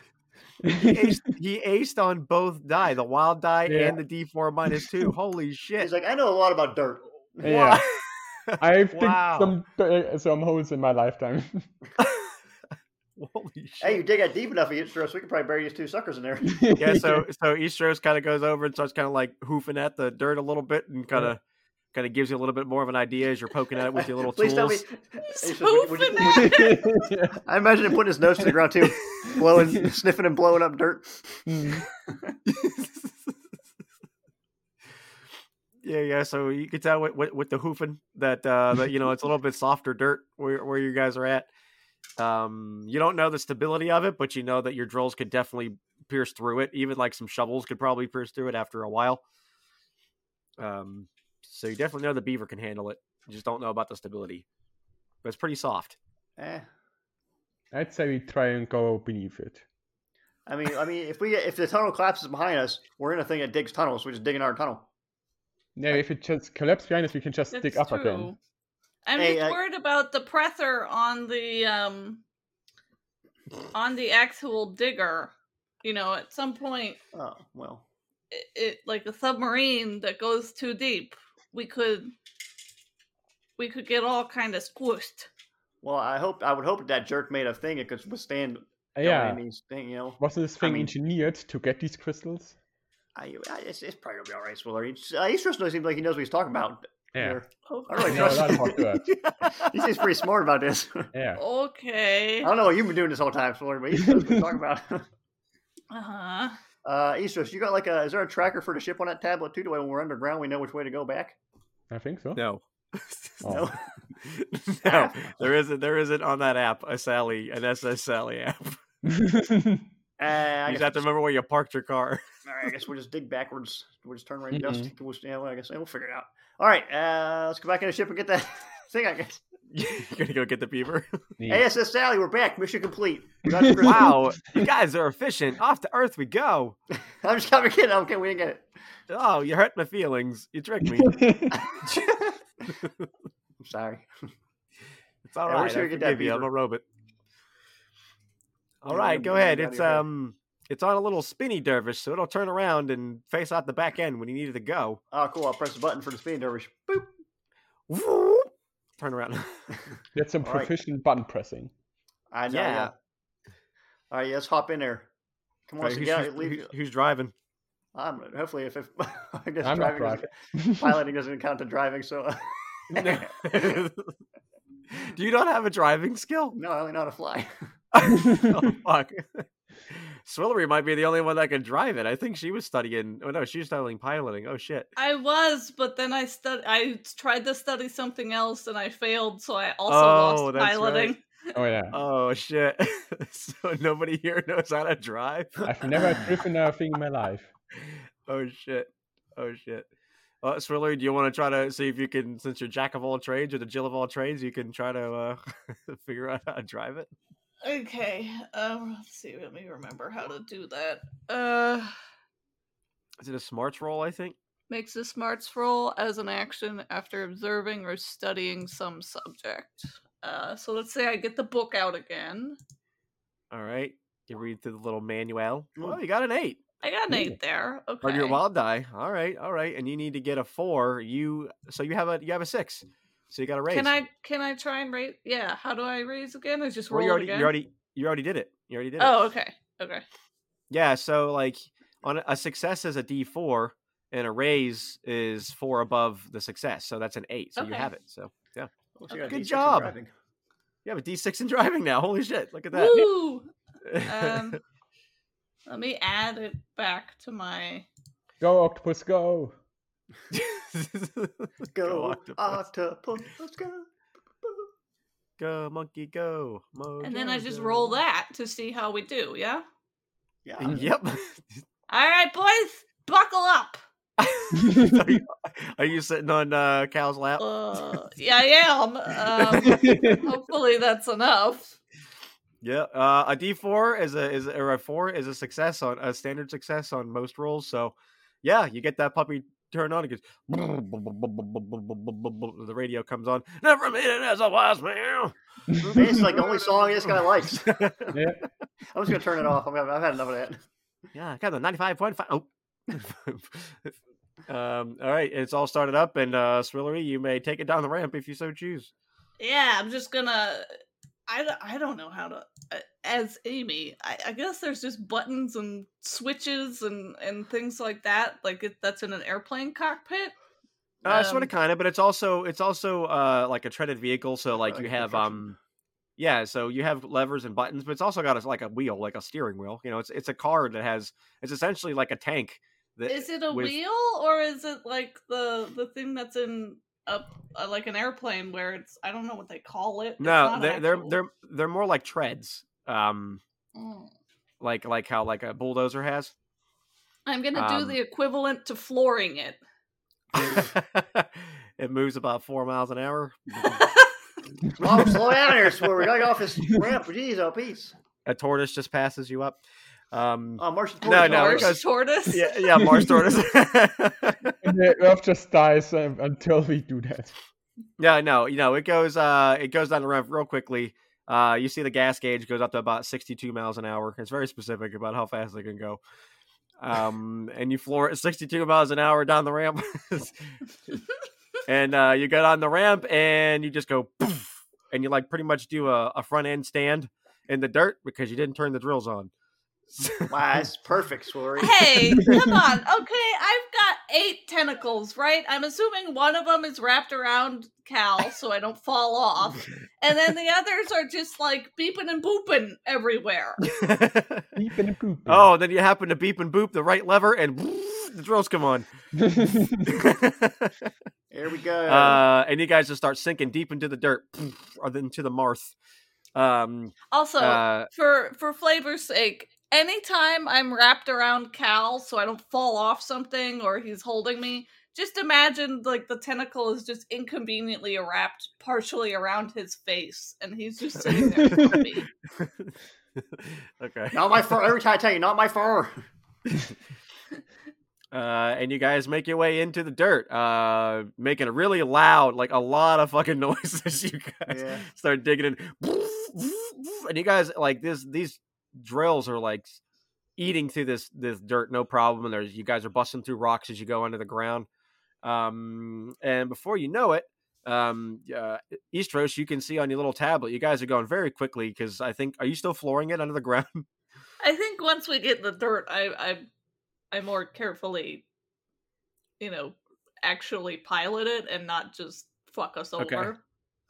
S1: He aced, he aced on both die, the wild die
S2: Yeah.
S1: and the D4 minus two. Holy shit!
S3: He's like, I know a lot about dirt.
S2: yeah. I've digged
S1: Wow.
S2: some uh, some holes in my lifetime.
S1: Holy shit!
S3: Hey, you dig that deep enough, you get stressed. We could probably bury these two suckers in there.
S1: yeah, so so Eastros kind of goes over and starts kind of like hoofing at the dirt a little bit and kind of kind of gives you a little bit more of an idea as you're poking at it with your little
S3: Please
S1: tools.
S3: tell me. He says, "Would- would you-
S4: Spoofing
S3: would you-
S2: Yeah.
S3: I imagine him putting his nose to the ground too, blowing, sniffing, and blowing
S2: Hmm.
S3: up dirt.
S2: Mm.
S1: Yeah, yeah. So you could tell with, with, with the hoofing that uh, that you know it's a little bit softer dirt where where you guys are at. Um, you don't know the stability of it, but you know that your drills could definitely pierce through it. Even like some shovels could probably pierce through it after a while. Um, so you definitely know the beaver can handle it. You just don't know about the stability, but it's pretty soft.
S3: Eh.
S2: I'd say we try and go beneath it.
S3: I mean, I mean, if we if the tunnel collapses behind us, we're in a thing that digs tunnels. We're just digging our tunnel.
S2: Yeah, if it just collapses behind us, we can just dig
S4: That's
S2: up
S4: true.
S2: again.
S4: I'm
S3: Hey,
S4: just
S3: I-
S4: worried about the presser on the um on the actual digger. You know, at some point,
S3: Oh well.
S4: it, it like a submarine that goes too deep, we could we could get all kind of squished.
S3: Well, I hope I would hope that jerk made a thing that could withstand
S2: yeah.
S3: these thing. You know,
S2: Wasn't this thing
S3: mean-
S2: engineered to get these crystals?
S3: I, I, it's, it's probably gonna be all right, Swiller. He, uh, he sure seems like he knows what he's talking about. here.
S4: Oh,
S3: I don't really
S2: No,
S3: trust
S2: that's
S3: him.
S2: not
S3: he seems pretty smart about this.
S2: Yeah.
S3: I
S4: Okay.
S3: don't know what you've been doing this whole time, Swiller, but he knows what he's talking about.
S4: Uh huh.
S3: Uh, Eastros, you got like a? Is there a tracker for the ship on that tablet too? Do way when we're underground, we know which way to go back?
S2: I think so.
S1: No.
S2: Oh.
S1: no, there isn't. There isn't on that app a Sally, an SS Sally app.
S3: Uh, I
S1: You just
S3: guess,
S1: have to remember where you parked your car.
S3: all right, I guess we'll just dig backwards. We'll just turn right dust. We'll, yeah, well, I guess we'll figure it out. All right, uh, let's go back in the ship and get that thing. I guess.
S1: You're gonna go get the beaver.
S2: Neat.
S3: ASS Sally, we're back. Mission complete. We got the crystal.
S1: Wow, you guys are efficient. Off to Earth we go.
S3: I'm just kind of kidding. Okay, we didn't get it.
S1: Oh, you hurt my feelings. You tricked me.
S3: I'm sorry.
S1: It's all
S3: Yeah, we
S1: right. I
S3: should get that
S1: forgive you. I'm
S3: beaver.
S1: a robot. All
S3: Yeah,
S1: right,
S3: we
S1: go
S3: gotta- we
S1: ahead.
S3: gotta
S1: It's
S3: get her.
S1: um, it's on a little spinny dervish, so it'll turn around and face out the back end when you need it to go.
S3: Oh, cool. I'll press the button for the spin dervish. Boop.
S1: Whoop. Turn around.
S2: That's some
S3: All right.
S2: proficient button pressing.
S3: I know. Yeah.
S1: Yeah.
S3: All right, yeah, let's hop in there. Come on,
S1: Right,
S3: let's
S1: who's,
S3: get out.
S1: who's-
S3: Leave.
S1: who's- who's driving?
S3: I'm hopefully if, if I guess
S2: I'm not
S3: driving doesn't- piloting doesn't count to driving, so uh,
S1: No. Do you not have a driving skill?
S3: no, I only know how to fly.
S1: oh fuck. Swillery might be the only one that can drive it. I think she was studying. Oh no, she was studying piloting. Oh shit.
S4: I was, but then I stud- I tried to study something else and I failed, so I also
S1: Oh,
S4: lost
S1: that's right.
S4: piloting.
S2: oh yeah.
S1: Oh shit. so nobody here knows how to drive.
S2: I've never driven a thing in my life.
S1: Oh shit. Oh shit. Uh, Swiller, do you want to try to see if you can, since you're jack of all trades or the jill of all trades, you can try to uh, figure out how to drive it?
S4: Okay. Um, let's see. Let me remember how to do that. Uh,
S1: Is it a smarts roll? I think.
S4: makes a smarts roll as an action after observing or studying some subject. Uh, so let's say I get the book out again.
S1: All right. You read through the little manual.
S3: Mm.
S1: Well, you got an eight
S4: I got an
S2: Ooh.
S4: eight there. Okay.
S1: on your wild die. All right. All right. And you need to get a four. You so you have a you have a six. So you got a raise.
S4: Can I can I try and raise? Yeah. How do I raise again? I just
S1: Well,
S4: roll
S1: you already
S4: again.
S1: you already you already did it. You already did it.
S4: oh, okay. Okay.
S1: Yeah, so like on a, a success is a D four, and a raise is four above the success, so that's an eight. So you
S4: Okay.
S1: have it. So yeah,
S3: Looks like I got
S1: Good
S3: a decent
S1: job.
S3: driving.
S1: you have a D six in driving now. Holy shit! Look at that.
S4: Woo! Um, let me add it back to my.
S2: Go octopus, go!
S3: Go,
S1: octopus.
S3: octopus. Let's go.
S1: go monkey, go.
S4: And then I just
S1: mojo,
S4: roll
S1: go.
S4: that to see how we do, yeah?
S3: Yeah.
S1: And Yep.
S4: All right, boys, buckle up.
S1: are, you, are you sitting on uh, Cal's lap?
S4: Uh, yeah, I am. Um, hopefully, that's enough.
S1: Yeah, uh, a D four is a is or a four is a success on a standard success on most rolls. So, yeah, you get that puppy turned on. It goes the radio comes on. Never made it as a wise man.
S3: Hey, it's like the only song this guy likes.
S2: Yeah.
S3: I'm just gonna turn it off. I'm, I've had enough of that.
S1: Yeah, I got the ninety five point five. Oh. um, all right, it's all started up, and uh, Swillery, you may take it down the ramp if you so choose.
S4: Yeah, I'm just gonna. I, d- I don't know how to. I- As Amy, I, I guess there's just buttons and switches and, and things like that. Like it, that's in an airplane cockpit.
S1: Uh, sort
S4: Um,
S1: of, kind of, but it's also it's also uh like a treaded vehicle. So like
S3: like
S1: you
S3: a
S1: have
S3: construction.
S1: um, yeah, so you have levers and buttons, but it's also got a, like a wheel, like a steering wheel. You know, it's it's a car that has it's essentially like a tank that
S4: Is it a
S1: with-
S4: wheel or is it like the the thing that's in a, a like an airplane where it's I don't know what they call it. It's
S1: No,
S4: not
S1: they're,
S4: an
S1: they're
S4: actual-
S1: they're they're more like treads. Um,
S4: Mm.
S1: like like how like a bulldozer has.
S4: I'm gonna do
S1: Um,
S4: the equivalent to flooring it.
S1: it moves about four miles an hour.
S3: Mom, slow down here, Swore. We gotta get off this ramp. Jeez, oh, peace.
S1: A tortoise just passes you up. Um,
S3: Oh, Martian
S1: No,
S3: tortoise,
S1: no, it
S3: oh,
S4: Horse,
S3: there's-
S1: goes-
S4: tortoise.
S1: yeah, yeah, Mars tortoise.
S2: And the Earth just dies um, until we do that.
S1: yeah, no, you know it goes. Uh, it goes down the ramp real quickly. Uh, you see the gas gauge goes up to about sixty-two miles an hour. It's very specific about how fast it can go. Um, and you floor it at sixty-two miles an hour down the ramp, and uh, you get on the ramp and you just go, poof, and you like pretty much do a, a front end stand in the dirt because you didn't turn the drills on.
S3: Wow, that's perfect, Swore.
S4: Hey, come on. Okay, I've got eight tentacles, right? I'm assuming one of them is wrapped around Cal so I don't fall off. And then the others are just like beeping and booping everywhere.
S2: Beep and poop.
S1: oh, then you happen to beep and boop the right lever, and the drills come on.
S3: Oh. Here we go.
S1: uh, and you guys just start sinking deep into the dirt, or into the marth. Um,
S4: Also,
S1: uh,
S4: for for flavor's sake, anytime I'm wrapped around Cal so I don't fall off something or he's holding me, just imagine like the tentacle is just inconveniently wrapped partially around his face and he's just sitting there with me.
S1: okay.
S3: not my fur. Every time I tell you, not my fur.
S1: Uh, and you guys make your way into the dirt, uh, making a really loud, like a lot of fucking noises. You guys
S3: Yeah.
S1: start digging in, and you guys like this. These drills are like eating through this this dirt, no problem. And there's you guys are busting through rocks as you go under the ground. Um, and before you know it, um, uh, Eastros, you can see on your little tablet, you guys are going very quickly because I think are you still flooring it under the ground?
S4: I think once we get in the dirt, I I I more carefully, you know, actually pilot it and not just fuck us
S1: Okay.
S4: over.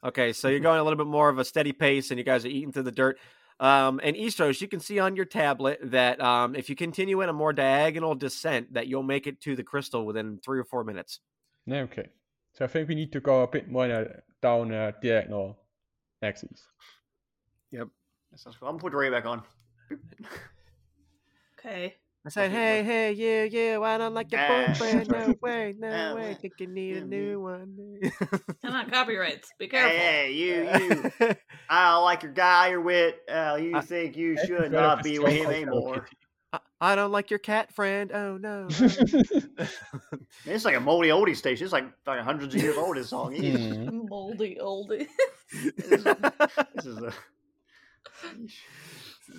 S1: Okay, so you're going a little bit more of a steady pace, and you guys are eating through the dirt. Um, and Eastros, you can see on your tablet that um, if you continue in a more diagonal descent, that you'll make it to the crystal within three or four minutes.
S2: No, okay. So I think we need to go a bit more uh, down a diagonal axis.
S3: That sounds cool. I'm gonna put the radio back on.
S4: Okay.
S1: I
S3: said, "Hey,
S1: hey, you, you, I don't like
S3: your Ah. boyfriend, no
S1: way,
S3: Ah, way, what?
S1: think you need
S3: a Yeah, new
S1: one."
S4: Come on, copyrights. Be careful.
S3: Hey, you, you. I don't like your guy you're with. Uh, you
S1: I-
S3: think you
S2: I
S3: should
S2: prefer
S3: not
S2: to
S3: be
S2: stay
S3: with him
S2: like Hello
S3: anymore.
S2: Kitty.
S1: I don't like your cat friend. Oh no.
S4: Mm-hmm.
S3: Man, it's like a moldy oldie station. It's like fucking hundreds of years old. This song. Jeez.
S2: Hmm.
S4: Moldy oldie.
S3: this, is, this is a.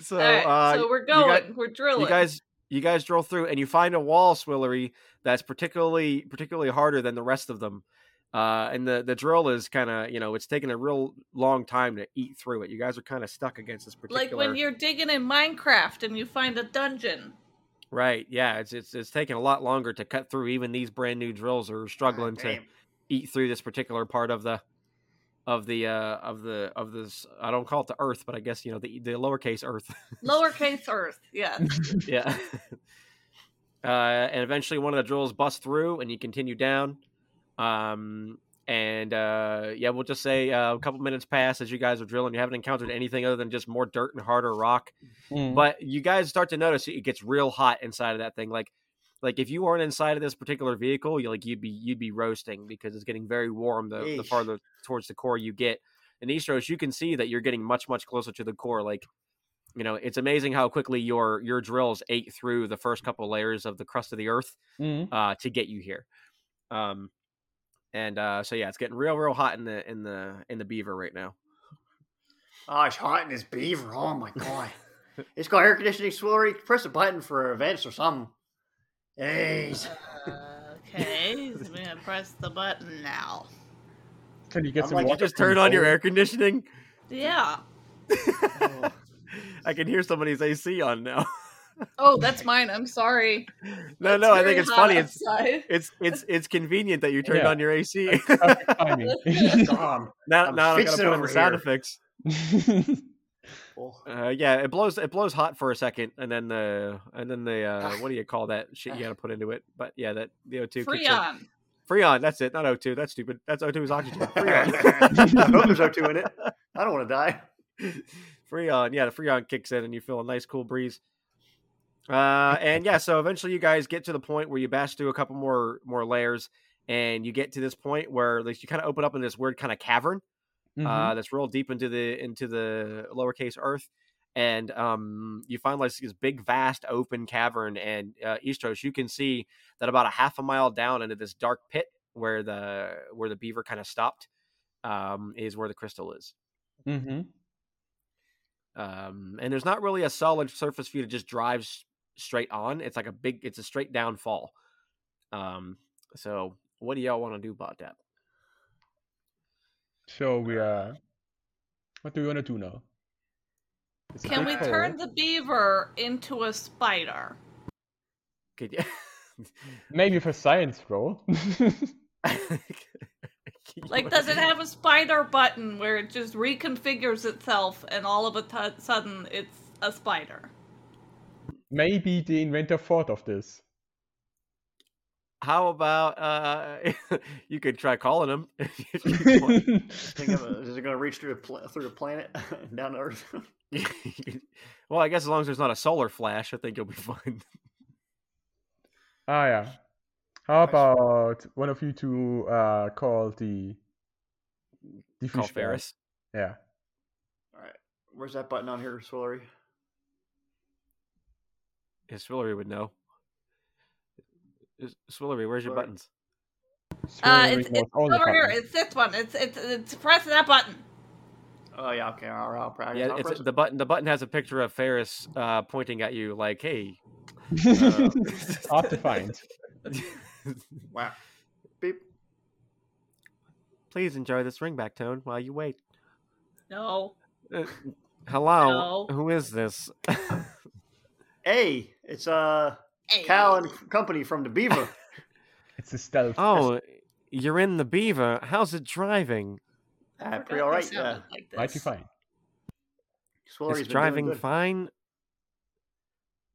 S1: so,
S4: All right,
S1: uh,
S4: so we're
S1: got-
S4: going. we're drilling.
S1: you guys you guys drill through and you find a wall swillery that's particularly particularly harder than the rest of them uh, and the, the drill is kind of you know it's taking a real long time to eat through it you guys are kind of stuck against this particular
S4: like when you're digging in Minecraft and you find a dungeon.
S1: right yeah it's, it's it's taking a lot longer to cut through even these brand new drills
S4: Ah,
S1: are struggling to
S3: Damn.
S1: eat through this particular part of the of the uh of the of this i don't call it the earth but i guess you know the the lowercase earth
S4: Lowercase Earth, yeah.
S1: yeah. Uh, and eventually, one of the drills busts through, and you continue down. Um, and uh, yeah, we'll just say uh, a couple minutes pass as you guys are drilling. You haven't encountered anything other than just more dirt and harder rock.
S2: Hmm.
S1: But you guys start to notice it gets real hot inside of that thing. Like, like if you weren't inside of this particular vehicle, you like you'd be you'd be roasting because it's getting very warm the, the
S3: Yeesh.
S1: farther towards the core you get. And Eastros, you can see that you're getting much much closer to the core. Like, you know, it's amazing how quickly your your drills ate through the first couple layers of the crust of the earth
S2: Hmm.
S1: uh, to get you here. Um, and uh, so yeah, it's getting real real hot in the in the in the beaver right now.
S3: Oh, it's hot in this beaver. Oh my god. it's got air conditioning swillery. Press a button for events or something. Hey.
S4: okay, so I'm gonna press the button now.
S2: Can you get
S3: I'm
S2: some
S3: like, you
S2: water?
S1: Just
S2: from
S1: turn
S2: the
S1: on your
S2: bowl?
S1: air conditioning.
S4: Yeah.
S1: I can hear somebody's AC on now.
S4: Oh, that's mine. I'm sorry.
S1: no,
S4: That's
S1: no, I
S4: very
S1: think it's
S4: hot
S1: funny. It's
S4: outside.
S1: it's it's it's convenient that you turned
S2: Yeah.
S1: on your AC.
S2: Perfect timing.
S3: Dom.
S1: now
S3: I'm
S1: now I'm gonna
S3: fixing
S1: put in
S3: over
S1: the sound
S3: here.
S1: effects.
S3: Well,
S1: Uh, yeah, it blows. It blows hot for a second, and then the and then the
S4: Ah.
S1: uh, what do you call that shit you got to put into it? But yeah, that the O two kicks in.
S4: Freon.
S1: Freon. That's it. Not O2. That's stupid. That's O2 is oxygen.
S3: I hope there's
S1: Freon.
S3: O2 in it. I don't want to die.
S1: freon. Yeah, the freon kicks in and you feel a nice cool breeze. Uh, and yeah, so eventually you guys get to the point where you bash through a couple more more layers, and you get to this point where like you kind of open up in this weird kind of cavern
S2: Mhm.
S1: uh, that's real deep into the into the lowercase earth and um, you find like this big vast open cavern and uh, eastros you can see that about a half a mile down into this dark pit where the where the beaver kind of stopped um, is where the crystal is
S2: Mhm.
S1: um, and there's not really a solid surface for you to just drive s- straight on it's like a big it's a straight downfall um, so what do y'all want to do about that
S2: So we are. What do we want to do now? It's a
S4: Can
S2: big
S4: we
S2: hole.
S4: turn the beaver into a spider?
S1: could you
S2: Maybe for science, bro.
S4: Like, does it have a spider button where it just reconfigures itself and all of a tu- sudden it's a spider?
S2: Maybe the inventor thought of this.
S1: How about uh, you could try calling him? if you want.
S3: Think
S2: Think
S3: of it. Is it going to reach through the, pla- through the planet down to Earth?
S1: You could- well, I guess as long as there's not a solar flash, I think you'll be fine.
S2: Ah, yeah. How about one of you two uh, call the the
S1: Call
S2: fish guy?
S1: Ferris.
S2: Yeah.
S3: Where's that button on here, Swillery?
S1: Yes, Swillery would know. Is- Swillery, where's your
S3: Sorry.
S1: buttons?
S4: Uh,
S2: Swallowing
S4: it's,
S2: was
S4: it's
S2: all the
S4: over here.
S2: time.
S4: It's this one. It's it's it's press that button.
S3: Oh yeah, okay. All right, I'll practice.
S1: Yeah,
S3: I'll
S1: it's,
S3: press
S1: the button. The button has a picture of Ferris uh, pointing at you, like, "Hey." Oh.
S2: Hard to find.
S3: it. Wow. Beep.
S1: Please enjoy this ringback tone while you wait.
S4: No.
S1: Uh, hello,
S4: No.
S1: who is this?
S3: Hey, it's uh
S4: Hey.
S3: Cal and Company from the Beaver.
S2: It's a stealth.
S1: oh, you're in the Beaver. How's it driving?
S4: I
S3: Ah,
S4: forgot
S3: pretty all
S4: they
S3: right. Yeah.
S4: sounded like
S2: might be
S4: this.
S2: fine.
S3: Swillery's
S1: it's
S3: been doing
S1: driving
S3: good.
S1: fine.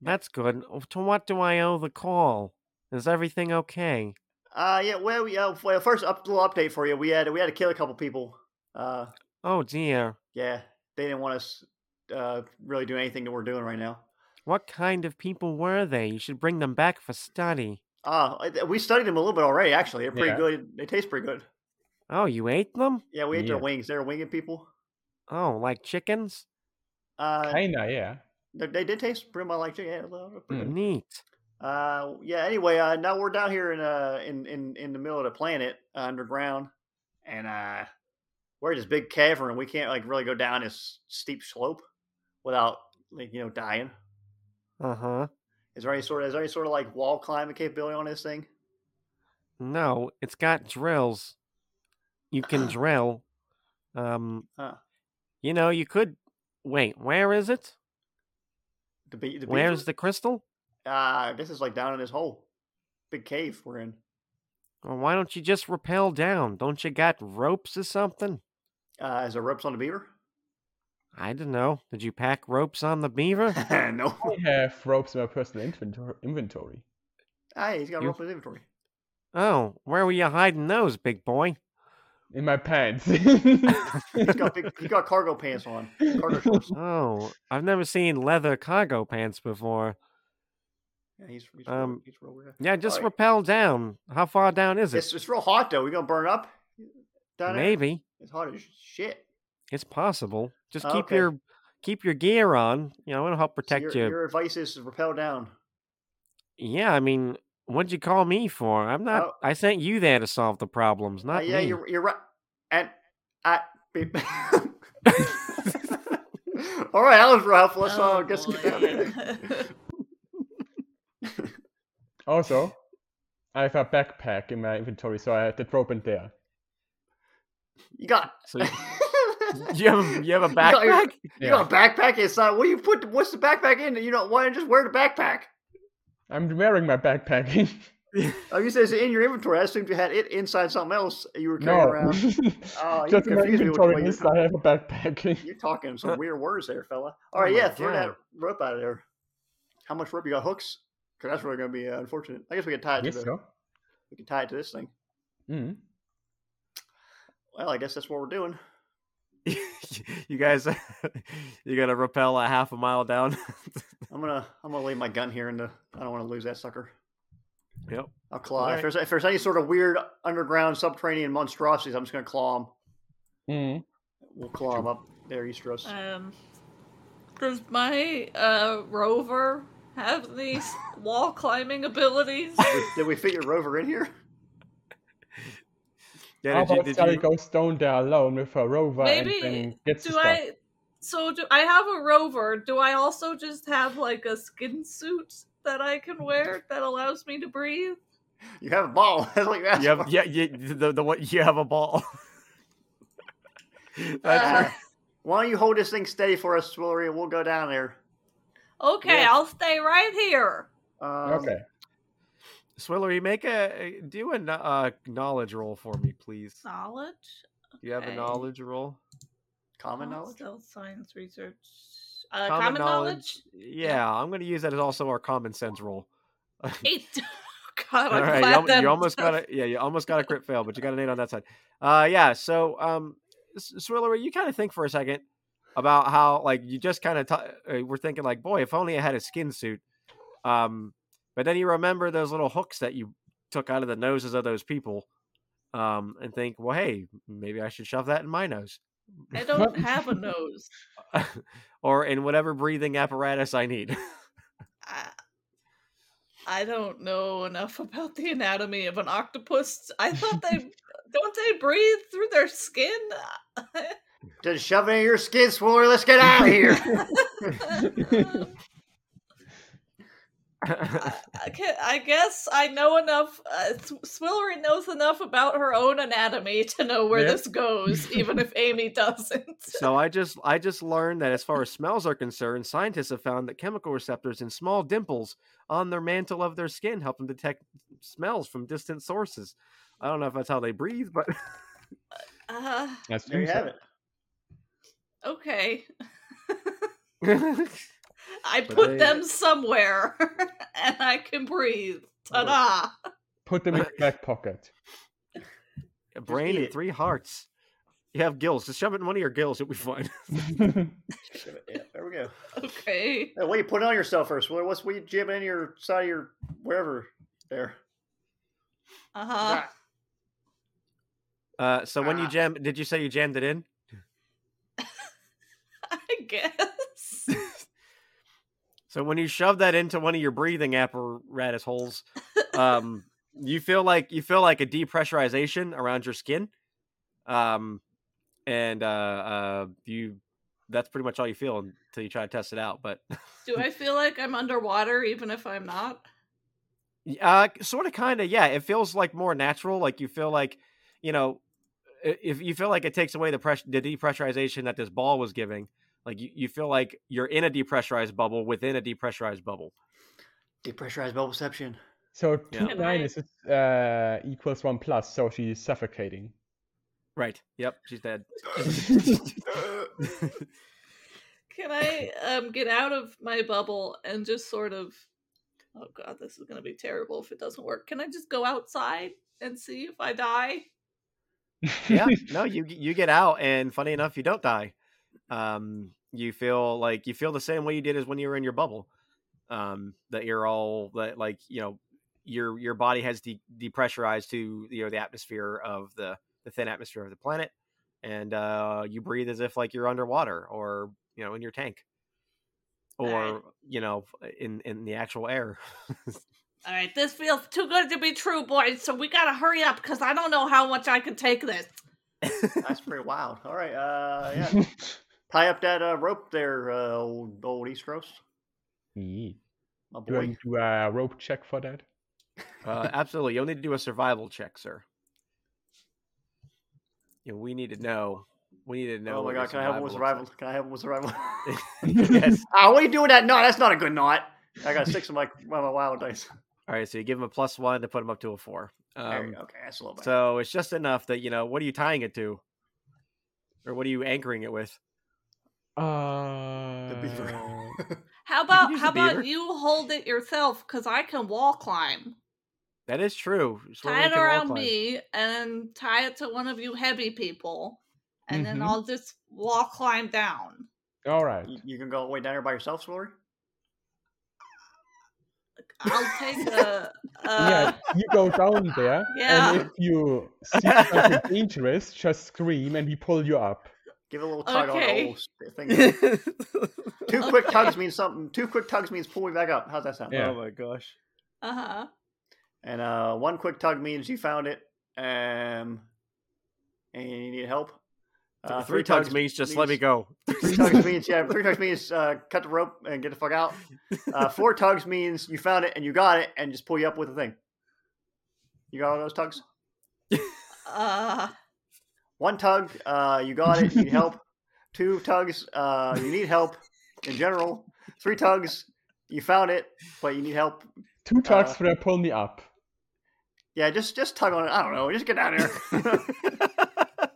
S1: That's good. To what do I owe the call? Is everything okay?
S3: Uh yeah. Well, we, uh, well first up little update for you. We had we had to kill a couple people. Uh
S1: Oh dear.
S3: yeah, they didn't want us uh really do anything that we're doing right now.
S1: What kind of people were they? You should bring them back for study.
S3: Uh I- we studied them a little bit already. Actually, they're pretty
S2: Yeah.
S3: good. They taste pretty good.
S1: Oh, you ate them?
S3: Yeah, we ate their
S2: Yeah.
S3: wings. They're winging people.
S1: Oh, like chickens?
S3: Uh,
S2: Kinda, yeah.
S3: they, they did taste pretty much like chicken. Yeah, well, they're
S1: Hmm.
S3: pretty good.
S1: Neat.
S3: Uh, yeah. Anyway, uh, now we're down here in uh in in in the middle of the planet uh, underground, and uh, we're in this big cavern. We can't like really go down this steep slope without like you know dying.
S1: Uh huh.
S3: Is there any sort of is there any sort of like wall climbing capability on this thing?
S1: No, it's got drills. You can drill. Um,
S3: Huh.
S1: you know, you could. Wait, where is it?
S3: The be- the
S1: Where's the crystal?
S3: the uh this is like down in this hole, big cave we're in.
S1: Well, why don't you just rappel down? Don't you got ropes or something?
S3: Uh, is there ropes on the beaver?
S1: I don't know. Did you pack ropes on the beaver?
S3: no.
S2: I have ropes in my personal inventor- inventory.
S3: Hey, he's got
S1: You-
S3: rope in his inventory.
S1: Oh, where were you hiding those, big boy?
S2: In my pants.
S3: He's got big, he's got cargo pants on. Cargo shorts.
S1: Oh, I've never seen leather cargo pants before.
S3: Yeah, he's he's, real,
S1: Um,
S3: he's real weird.
S1: Yeah, just
S3: Alright.
S1: rappel down. How far down is it?
S3: It's, it's real hot though. We gonna burn up down there?
S1: Maybe.
S3: It's hot as shit.
S1: It's possible. Just
S3: Oh,
S1: keep
S3: okay.
S1: your keep your gear on. You know, it'll help
S3: So
S1: protect
S3: your,
S1: you.
S3: Your advice is to rappel down.
S1: Yeah, I mean, what'd you call me for? I'm not
S3: Oh.
S1: I sent you there to solve the problems,
S3: Uh,
S1: not
S3: yeah,
S1: me.
S3: you're you're right. And I. beep. All right, that was rough. Let's
S4: Oh,
S3: uh, guess get down there.
S4: boy.
S2: also, I have a backpack in my inventory, so I have that rope in there.
S3: You got.
S1: So you have a- you have a
S3: got your-
S1: backpack?
S3: You got a backpack inside. What do you put? What's the backpack in? that You don't want to just wear the backpack.
S2: I'm wearing my backpack.
S3: Oh, you said it's in your inventory. I assumed you had it inside something else you were carrying
S2: no.
S3: around. Oh, you
S2: Just in my
S3: confused me with
S2: inventory
S3: what
S2: list,
S3: you're-
S2: I have a backpacking.
S3: You're talking some weird words there, fella. All
S1: Uh, Oh
S3: right,
S1: my
S3: yeah, throw that
S1: God.
S3: rope out of there. How much rope you got? Hooks? Because that's really going to be uh, unfortunate. I guess we could tie it to
S2: Yes,
S3: the,
S2: so.
S3: we could tie it to this thing.
S2: Mm.
S3: Well, I guess that's what we're doing.
S1: you guys, you got to rappel a half a mile down.
S3: I'm gonna I'm gonna leave my gun here in the. I don't want to lose that sucker.
S1: yep.
S3: I'll claw.
S1: All
S3: If, there's, if there's any sort of weird underground subterranean monstrosities, I'm just gonna claw them.
S2: Mm.
S3: We'll claw them up. There, Eastros.
S4: Um, does my uh, rover have these wall climbing abilities?
S3: Did we fit your rover in here?
S1: Yeah,
S2: How
S1: did you,
S2: about
S1: did
S2: Sally
S1: you-
S2: goes down there alone with her rover
S4: Maybe-
S2: and then gets the
S4: Do
S2: stuff?
S4: I? So do I have a rover? Do I also just have like a skin suit that I can wear that allows me to breathe?
S3: You have a ball. That's what you asked.
S1: you have,
S3: for.
S1: yeah, you, the, the one, you have a ball.
S4: Uh,
S3: Uh,
S1: That's right.
S3: Why don't you hold this thing steady for us, Swillery, and we'll go down there.
S4: Okay,
S1: Yes.
S4: I'll stay right here.
S3: Um,
S2: Okay.
S1: Swillery, make a do a kno- uh, knowledge roll for me, please.
S4: Knowledge.
S1: Do you have a
S4: okay.
S1: knowledge roll?
S3: Common knowledge.
S4: Stealth science research. Uh, common, knowledge.
S1: Yeah, I'm going to use that as also our common sense roll.
S4: Eight. God,
S1: All
S4: I'm
S1: right, you,
S4: glad
S1: al-
S4: that
S1: you almost got a yeah, you almost got a crit fail, but you got an eight on that side. Uh, yeah. So, um, S- Swiller, you kind of think for a second about how like you just kind of t- uh, were thinking like, boy, if only I had a skin suit. Um, but then you remember those little hooks that you took out of the noses of those people, um, and think, well, hey, maybe I should shove that in my nose,
S4: I don't have a nose.
S1: or in whatever breathing apparatus I need.
S4: I, I don't know enough about the anatomy of an octopus. I thought they don't they breathe through their skin.
S3: Just shove it in your skin, Swillery. Let's get out of here.
S4: I, ca- I guess I know enough. Uh, Sw- Swillery knows enough about her own anatomy to know where
S2: Yeah.
S4: this goes, even if Amy doesn't.
S1: so I just I just learned that as far as smells are concerned, scientists have found that chemical receptors in small dimples on their mantle of their skin help them detect smells from distant sources. I don't know if that's how they breathe, but
S4: Uh,
S2: That's
S3: there you have it.
S4: okay,
S1: yeah,
S4: I
S1: But
S4: put
S1: they-
S4: them somewhere, and I can breathe. Ta-da!
S2: Put them in the back pocket.
S1: brain
S3: eat
S1: and
S3: it.
S1: three hearts. You have gills. Just shove it in one of your gills. It'll be fine.
S3: Shove it- yeah, there we go.
S4: Okay.
S3: Now, what you put on yourself first? What, what's we jamming in your side of your wherever there?
S4: Uh huh.
S3: Ah,
S1: Uh, so when you
S3: Ah.
S1: jam, did you say you jammed it in?
S4: I guess.
S1: So when you shove that into one of your breathing apparatus holes, um, you feel like you feel like a depressurization around your skin, um, and uh, uh, you that's pretty much all you feel until you try to test it out. But
S4: Do I feel like I'm underwater even if I'm not?
S1: uh, sort of, kind of, yeah, it feels like more natural. Like you feel like you know, i- if you feel like it takes away the pressure, the depressurization that this ball was giving. Like you, you feel like you're in a depressurized bubble within a depressurized bubble.
S3: Depressurized bubble perception.
S2: so
S1: Yeah.
S2: two
S4: Can I-
S2: minus is, uh, equals one plus, so she's suffocating.
S1: Right. Yep. She's dead.
S4: Can I um get out of my bubble and just sort of Oh god, this is going to be terrible if it doesn't work. Can I just go outside and see if I die?
S1: yeah no you you get out and funny enough you don't die um you feel like you feel the same way you did as when you were in your bubble um that you're all that like you know your your body has de- depressurized to you know the atmosphere of the the thin atmosphere of the planet and uh you breathe as if like you're underwater or you know in your tank or
S4: Alright.
S1: you know in in the actual air
S4: All right, this feels too good to be true, boys. So we got to hurry up cuz I don't know how much I can take this.
S3: That's pretty wild. All right. Uh, yeah. Tie up that uh, rope there, uh, old, old Eastros.
S2: Yeah.
S3: My
S2: Do I
S3: boy.
S2: do a rope check for that?
S1: Uh, absolutely. You'll need to do a survival check, sir. You know, we need to know. We need to know.
S3: oh my
S1: what your
S3: god! Can I have one with survival?
S1: survival
S3: Can I have one with survival?
S1: looks like. yes.
S3: ah, what are you doing with that knot? That's not a good knot. I got six of my, one of my wild dice.
S1: All right, so you give him a plus one to put him up to a four.
S3: There
S1: Um,
S3: you go. okay, that's a little bit.
S1: so it's just enough that you know what are you tying it to, or what are you anchoring it with?
S2: Uh,
S3: beaver.
S1: can
S4: How about
S1: use
S4: how
S1: the beaver.
S4: about you hold it yourself? Because I can wall climb.
S1: That is true. It's one
S4: tie
S1: we
S4: it
S1: can all
S4: around
S1: climb.
S4: me and tie it to one of you heavy people, and then
S1: Mm-hmm.
S2: Mhm.
S4: I'll just wall climb down.
S2: all right.
S3: you, you can go way down here by yourself, Slory.
S4: I'll take a. uh, a
S2: yeah, you go down there, and
S4: Yeah.
S2: if you see something dangerous, just scream, and we pull you up.
S3: Give it a little tug
S4: Okay.
S3: on the whole thing.
S1: Uh,
S3: Two quick tugs means something. Two quick tugs means pull me back up. How's that sound?
S2: Yeah.
S1: Oh my gosh.
S4: Uh huh.
S3: And uh, one quick tug means you found it, um, and you need help. Uh,
S1: three, tugs, means just let me go.
S3: Three tugs means yeah. Three tugs means uh, cut the rope and get the fuck out. Uh, four tugs means you found it and you got it and just pull you up with the thing. You got all those tugs.
S4: Uh
S3: One tug, uh, you got it. You need help. Two tugs, uh, you need help in general. Three tugs, you found it, but you need help.
S2: Two tugs
S3: Uh,
S2: for pull me up.
S3: Yeah, just just tug on it. I don't know. Just get down there.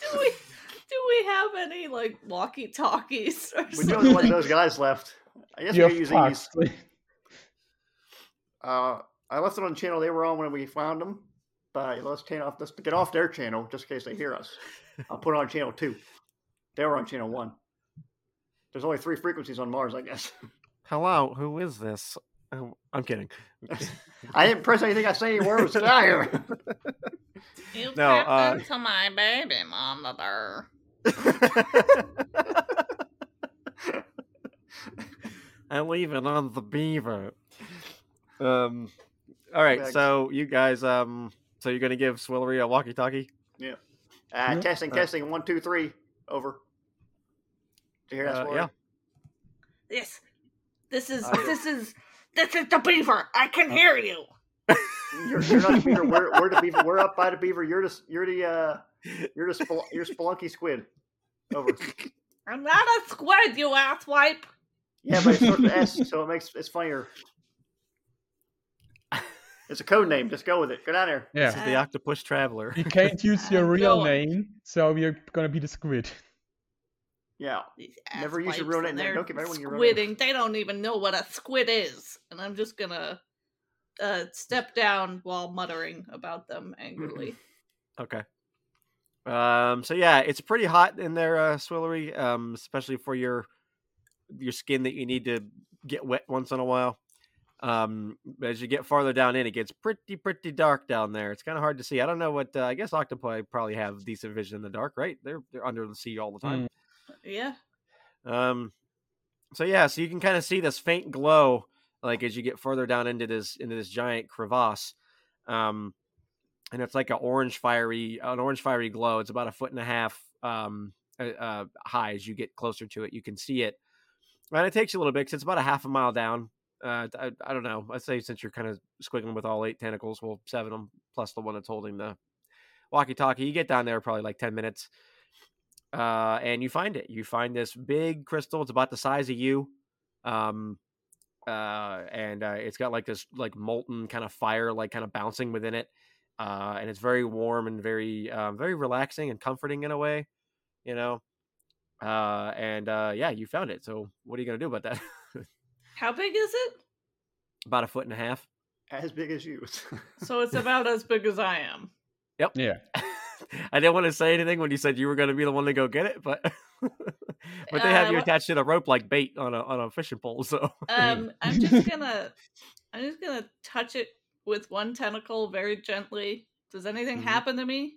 S4: do we do we have any like walkie talkies or
S3: we do have one
S4: something?
S3: of those guys left. I guess
S2: You
S3: we
S2: have
S3: use
S2: tugs.
S3: these. Uh, I left it on the channel they were on when we found them, but let's turn off. Let's get off their channel just in case they hear us. I'll put it on channel two. They were on channel one. There's only three frequencies on Mars, I guess.
S1: Hello, who is this? Oh, I'm kidding.
S3: I didn't press anything. I say any words. Get out of here.
S4: You
S1: No,
S4: tapped
S1: uh,
S4: into my baby monitor.
S1: I leave it on the beaver. Um. All right,
S3: Thanks.
S1: so you guys, um, so you're gonna give Swillery a walkie-talkie?
S3: Uh,
S2: Yeah.
S3: Testing,
S1: Uh,
S3: testing. One, two, three. Over. Did you hear
S1: Uh,
S3: that? Sword?
S1: yeah.
S4: Yes, this is
S1: I do.
S4: this is this is the beaver. I
S3: Uh,
S4: can hear you.
S3: You're, you're not the beaver. We're, we're the beaver. We're up by the beaver. You're the you're the uh, you're the spel- you're spelunky squid. Over.
S4: I'm not a squid, you asswipe.
S3: Yeah, but it starts with S, so it makes it's funnier. It's a code name. Just go with it. Go down there.
S1: This
S2: Yeah,
S1: is the
S4: Uh,
S1: octopus traveler.
S2: you can't use your
S4: I'm
S2: real
S4: going.
S2: name, so we're gonna be the squid.
S3: Yeah.
S4: These
S3: Never use your
S4: asswipes
S3: real
S4: and
S3: name.
S4: they're
S3: Don't give everyone your real name.
S4: squidding. They don't even know what a squid is, and I'm just gonna uh, step down while muttering about them angrily.
S1: Okay. Um. So yeah, it's pretty hot in there, uh, Swillery. Um, especially for your your skin that you need to get wet once in a while. Um, but as you get farther down in, it gets pretty pretty dark down there. It's kind of hard to see. I don't know what. Uh, I guess octopi probably have decent vision in the dark, right? They're they're under the sea all the time.
S4: yeah.
S1: Um, so yeah, so you can kind of see this faint glow, like as you get further down into this into this giant crevasse, um, and it's like an orange fiery an orange fiery glow. It's about a foot and a half um, uh, uh, high. As you get closer to it, you can see it, and it takes you a little bit because it's about a half a mile down. Uh, I, I don't know. I'd say since you're kind of squiggling with all eight tentacles, well, seven of them plus the one that's holding the walkie-talkie, you get down there probably like ten minutes uh, and you find it. You find this big crystal. It's about the size of you, um, uh, and uh, it's got like this like molten kind of fire, like kind of bouncing within it, uh, and it's very warm and very um, very relaxing and comforting in a way, you know. Uh, and uh, yeah, you found it. So what are you gonna do about that?
S4: How big is it?
S1: about a foot and a half.
S3: As big as you.
S4: So it's about as big as I am.
S2: Yeah.
S1: I didn't want to say anything when you said you were going to be the one to go get it, but but they have
S4: Uh,
S1: you
S4: wha-
S1: attached to the rope like bait on a on a fishing pole. So
S4: Um, I'm just gonna, I'm just gonna touch it with one tentacle very gently. Does anything
S1: Mhm.
S4: happen to me?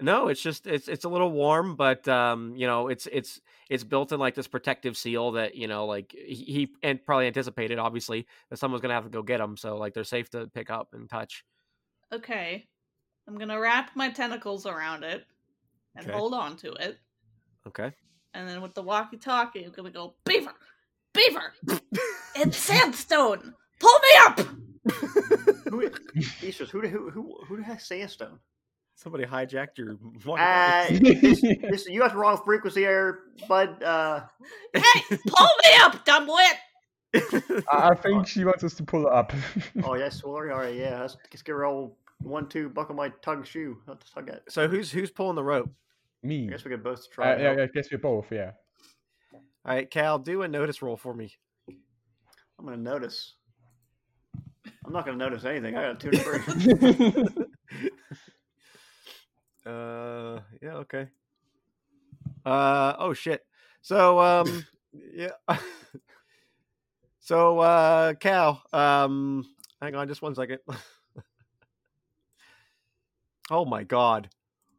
S1: No, it's just it's it's a little warm, but um, you know, it's it's it's built in like this protective seal that you know, like he, he and probably anticipated obviously that someone's gonna have to go get them, so like they're safe to pick up and touch.
S4: Okay, I'm gonna wrap my tentacles around it and
S1: Okay.
S4: hold on to it,
S1: Okay.
S4: and then with the walkie-talkie, I'm gonna go beaver, beaver, it's sandstone. Pull me up.
S3: who, Easter's, who, who, who, who the heck is Sandstone?
S1: Somebody hijacked your.
S3: Uh,
S1: walkie-talkie.
S3: this, this, you got the wrong frequency error, bud. Uh,
S4: Hey, pull me up, dumbwit.
S2: I I think she wants us to pull her up.
S3: Oh, yes, Swillery. All right, yeah. Let's, let's give her old one, two, buckle my tug shoe. I'll just tug it.
S1: So who's who's pulling the rope?
S2: Me.
S3: I guess we could both
S2: Uh,
S3: try. it
S2: yeah,
S3: out.
S2: I guess we both, yeah.
S1: All right, Cal, do a notice roll for me.
S3: I'm going to notice. I'm not going to notice anything. I got to tune in.
S1: Uh, yeah, okay. Uh, oh shit. So um, yeah. so uh, Cal, um, hang on, just one second. oh my god.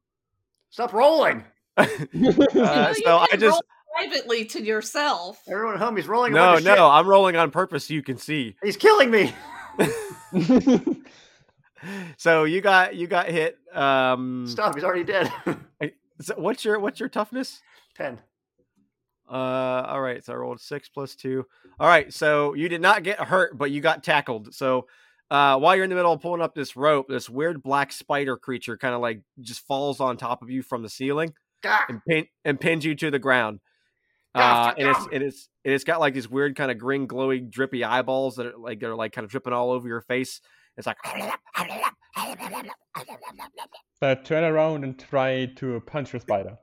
S3: Stop rolling.
S1: Uh,
S4: you
S1: so I
S4: can
S1: just
S4: roll privately to yourself.
S3: Everyone at home, he's rolling. a
S1: no
S3: bunch of shit.
S1: no. I'm rolling on purpose. so You can see.
S3: He's killing me.
S1: So you got you got hit. Um,
S3: Stop. He's already dead.
S1: so what's your what's your toughness?
S3: 10.
S1: Uh, all right. So I rolled six plus two. All right. So you did not get hurt, but you got tackled. So uh, while you're in the middle of pulling up this rope, this weird black spider creature kind of like just falls on top of you from the ceiling
S3: Gah!
S1: and pin and pins you to the ground.
S3: Ah,
S1: Uh, and it's and it's and it's got like these weird kind of green, glowy, drippy eyeballs that are like they're like kind of dripping all over your face. It's like
S2: but turn around and try to punch the spider.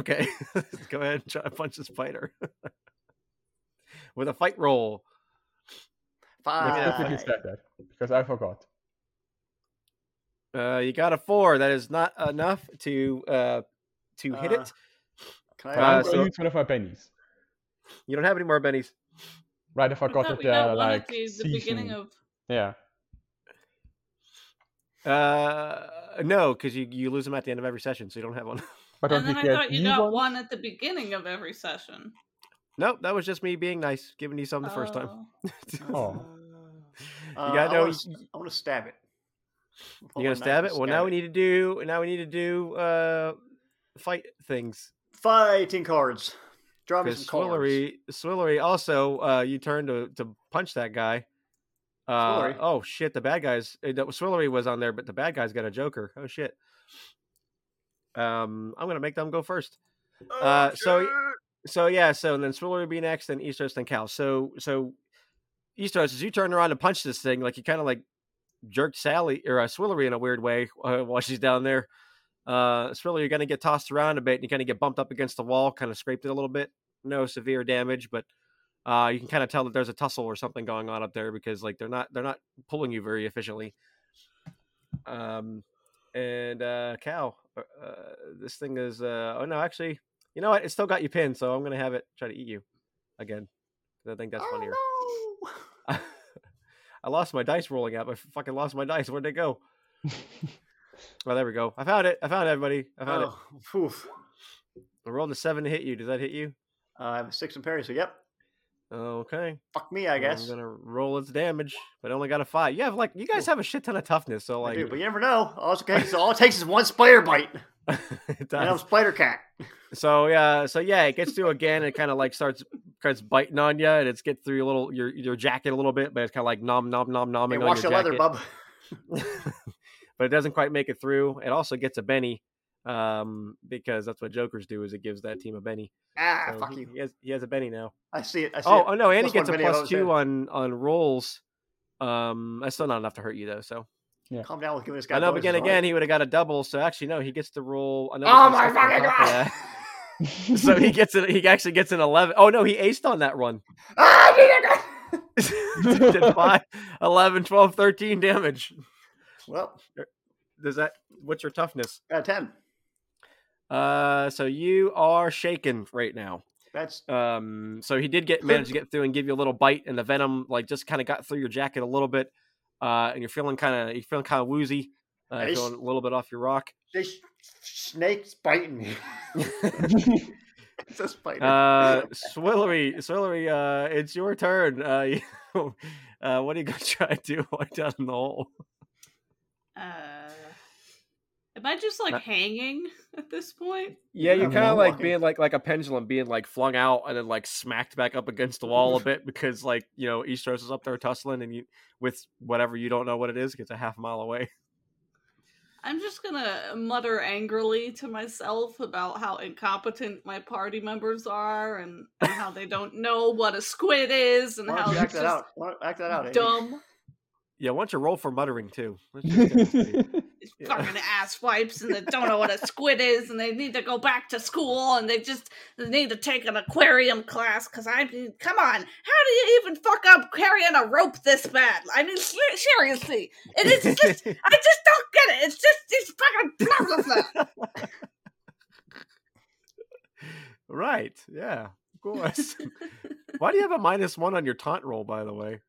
S1: okay, go ahead and try to punch the spider with a fight roll.
S2: Let's
S3: Five.
S2: definitely start that because I forgot.
S1: Uh, you got a four. That is not enough to uh to hit
S3: Uh,
S1: it.
S3: Can I
S2: But I'm
S1: Uh,
S2: gonna
S1: so-
S2: use one of my pennies.
S1: You don't have any more bennies.
S2: Right, I forgot
S4: thought
S2: that
S4: we
S2: they're
S4: got one
S2: like
S4: at the, the beginning
S2: seasoned.
S4: of.
S2: Yeah.
S1: Uh, no, because you you lose them at the end of every session, so you don't have one.
S2: But
S4: And
S2: don't
S4: then
S2: we
S4: I
S2: get
S4: thought you
S2: new
S4: got
S2: ones?
S4: one at the beginning of every session.
S1: nope, that was just me being nice, giving you some the first time.
S4: Oh.
S2: Oh.
S1: you
S3: Uh,
S1: got
S3: I
S1: no.
S3: wanna s- I want to stab it. oh,
S1: You gonna stab it? Well, now we need to do. Now we need to do uh fight things.
S3: fighting cards. Draw me
S1: Because
S3: some cards.
S1: Swillery, Swillery also, uh, you turn to to punch that guy. Uh,
S3: Swillery?
S1: oh shit! The bad guys. uh, That Swillery was on there, but the bad guys got a Joker. Oh shit! Um, I'm gonna make them go first.
S3: Oh,
S1: Uh, so- So yeah, so then Swillery would be next, then Eastros, then Cal. So so Eastros, as you turn around to punch this thing, like you kind of like jerked Sally or uh, Swillery in a weird way uh, while she's down there. Uh, Swillery, you're gonna get tossed around a bit, and you kind of get bumped up against the wall, kind of scraped it a little bit. No severe damage, but uh, you can kind of tell that there's a tussle or something going on up there because like they're not they're not pulling you very efficiently. Um, and uh, Cal, uh, uh, this thing is uh, oh no, actually, you know what? It still got you pinned, so I'm gonna have it try to eat you again. 'cause I think that's funnier.
S3: Oh, no.
S1: I lost my dice rolling app. I fucking lost my dice. Where'd they go? Oh, there we go. I found it. I found everybody. I found
S3: Oh, oof. Uh,
S1: it. I rolled a seven to hit you. Does that hit you?
S3: I have a six in parry, so yep.
S1: Okay.
S3: Fuck me, I guess.
S1: I'm gonna roll its damage, but I only got a five. You have like you guys have a shit ton of toughness, so
S3: I
S1: like
S3: do, but you never know. All it takes, all it takes is one spider bite,
S1: it
S3: and I'm
S1: does.
S3: Spider Cat.
S1: So yeah, so yeah, it gets through again. It kind of like starts starts biting on you, and it's get through your little your your jacket a little bit, but it's kind of like nom nom nom nomming
S3: Hey,
S1: on
S3: wash
S1: your
S3: your leather,
S1: jacket.
S3: bub.
S1: but it doesn't quite make it through. It also gets a Benny, um, because that's what Jokers do is it gives that team a Benny.
S3: Ah,
S1: So
S3: fuck
S1: he,
S3: you.
S1: He has, he has a Benny now.
S3: I see it. I see
S1: Oh,
S3: it.
S1: oh no, and he
S3: Plus
S1: gets
S3: one
S1: a
S3: Benny, I
S1: plus
S3: was
S1: two
S3: dead.
S1: on on rolls. Um, that's still not enough to hurt you though. So
S3: Calm down with giving this guy.
S1: I know, but
S3: bonuses,
S1: again,
S3: all right?
S1: again, he would have got a double. So actually, no, he gets to roll another.
S3: Oh my
S1: success on
S3: fucking
S1: top of
S3: god!
S1: that. so he gets it. He actually gets an eleven. Oh no, he aced on that run.
S3: ah, I did it!
S1: Did five, 11, 12, 13 damage.
S3: well,
S1: Does that? What's your toughness?
S3: got a ten.
S1: Uh, so you are shaken right now.
S3: That's
S1: Um, so he did get manage to get through and give you a little bite, and the venom like just kind of got through your jacket a little bit, uh, and you're feeling kind of you're feeling kind of woozy, uh,
S3: Nice.
S1: feeling a little bit off your rock.
S3: this snake's biting me. it's a spider.
S1: Uh, Swillery, Swillery, uh, it's your turn. Uh, you, uh, what are you gonna try to do while down in the hole?
S4: Uh, am I just like
S1: Uh,
S4: hanging at this point?
S1: Yeah,
S3: Yeah,
S1: you're
S3: I'm
S1: kind of like
S3: walking.
S1: being like like a pendulum, being like flung out and then like smacked back up against the wall a bit because like you know Eastros is up there tussling and you with whatever you don't know what it is gets a half mile away.
S4: I'm just gonna mutter angrily to myself about how incompetent my party members are and, and how they don't know what a squid is and
S3: Why don't
S4: how
S3: you act
S4: it's
S3: that out?
S4: just
S3: Why don't- Act that out, Amy.
S4: dumb
S1: Yeah, why don't you roll for muttering too? Let's just see.
S4: these
S1: Yeah.
S4: fucking ass wipes and they don't know what a squid is and they need to go back to school and they just they need to take an aquarium class because I mean, come on, how do you even fuck up carrying a rope this bad? I mean, se- seriously, it is just I just don't get it. It's just it's fucking blah blah blah.
S1: right. Yeah. Of course. why do you have a minus one on your taunt roll, by the way?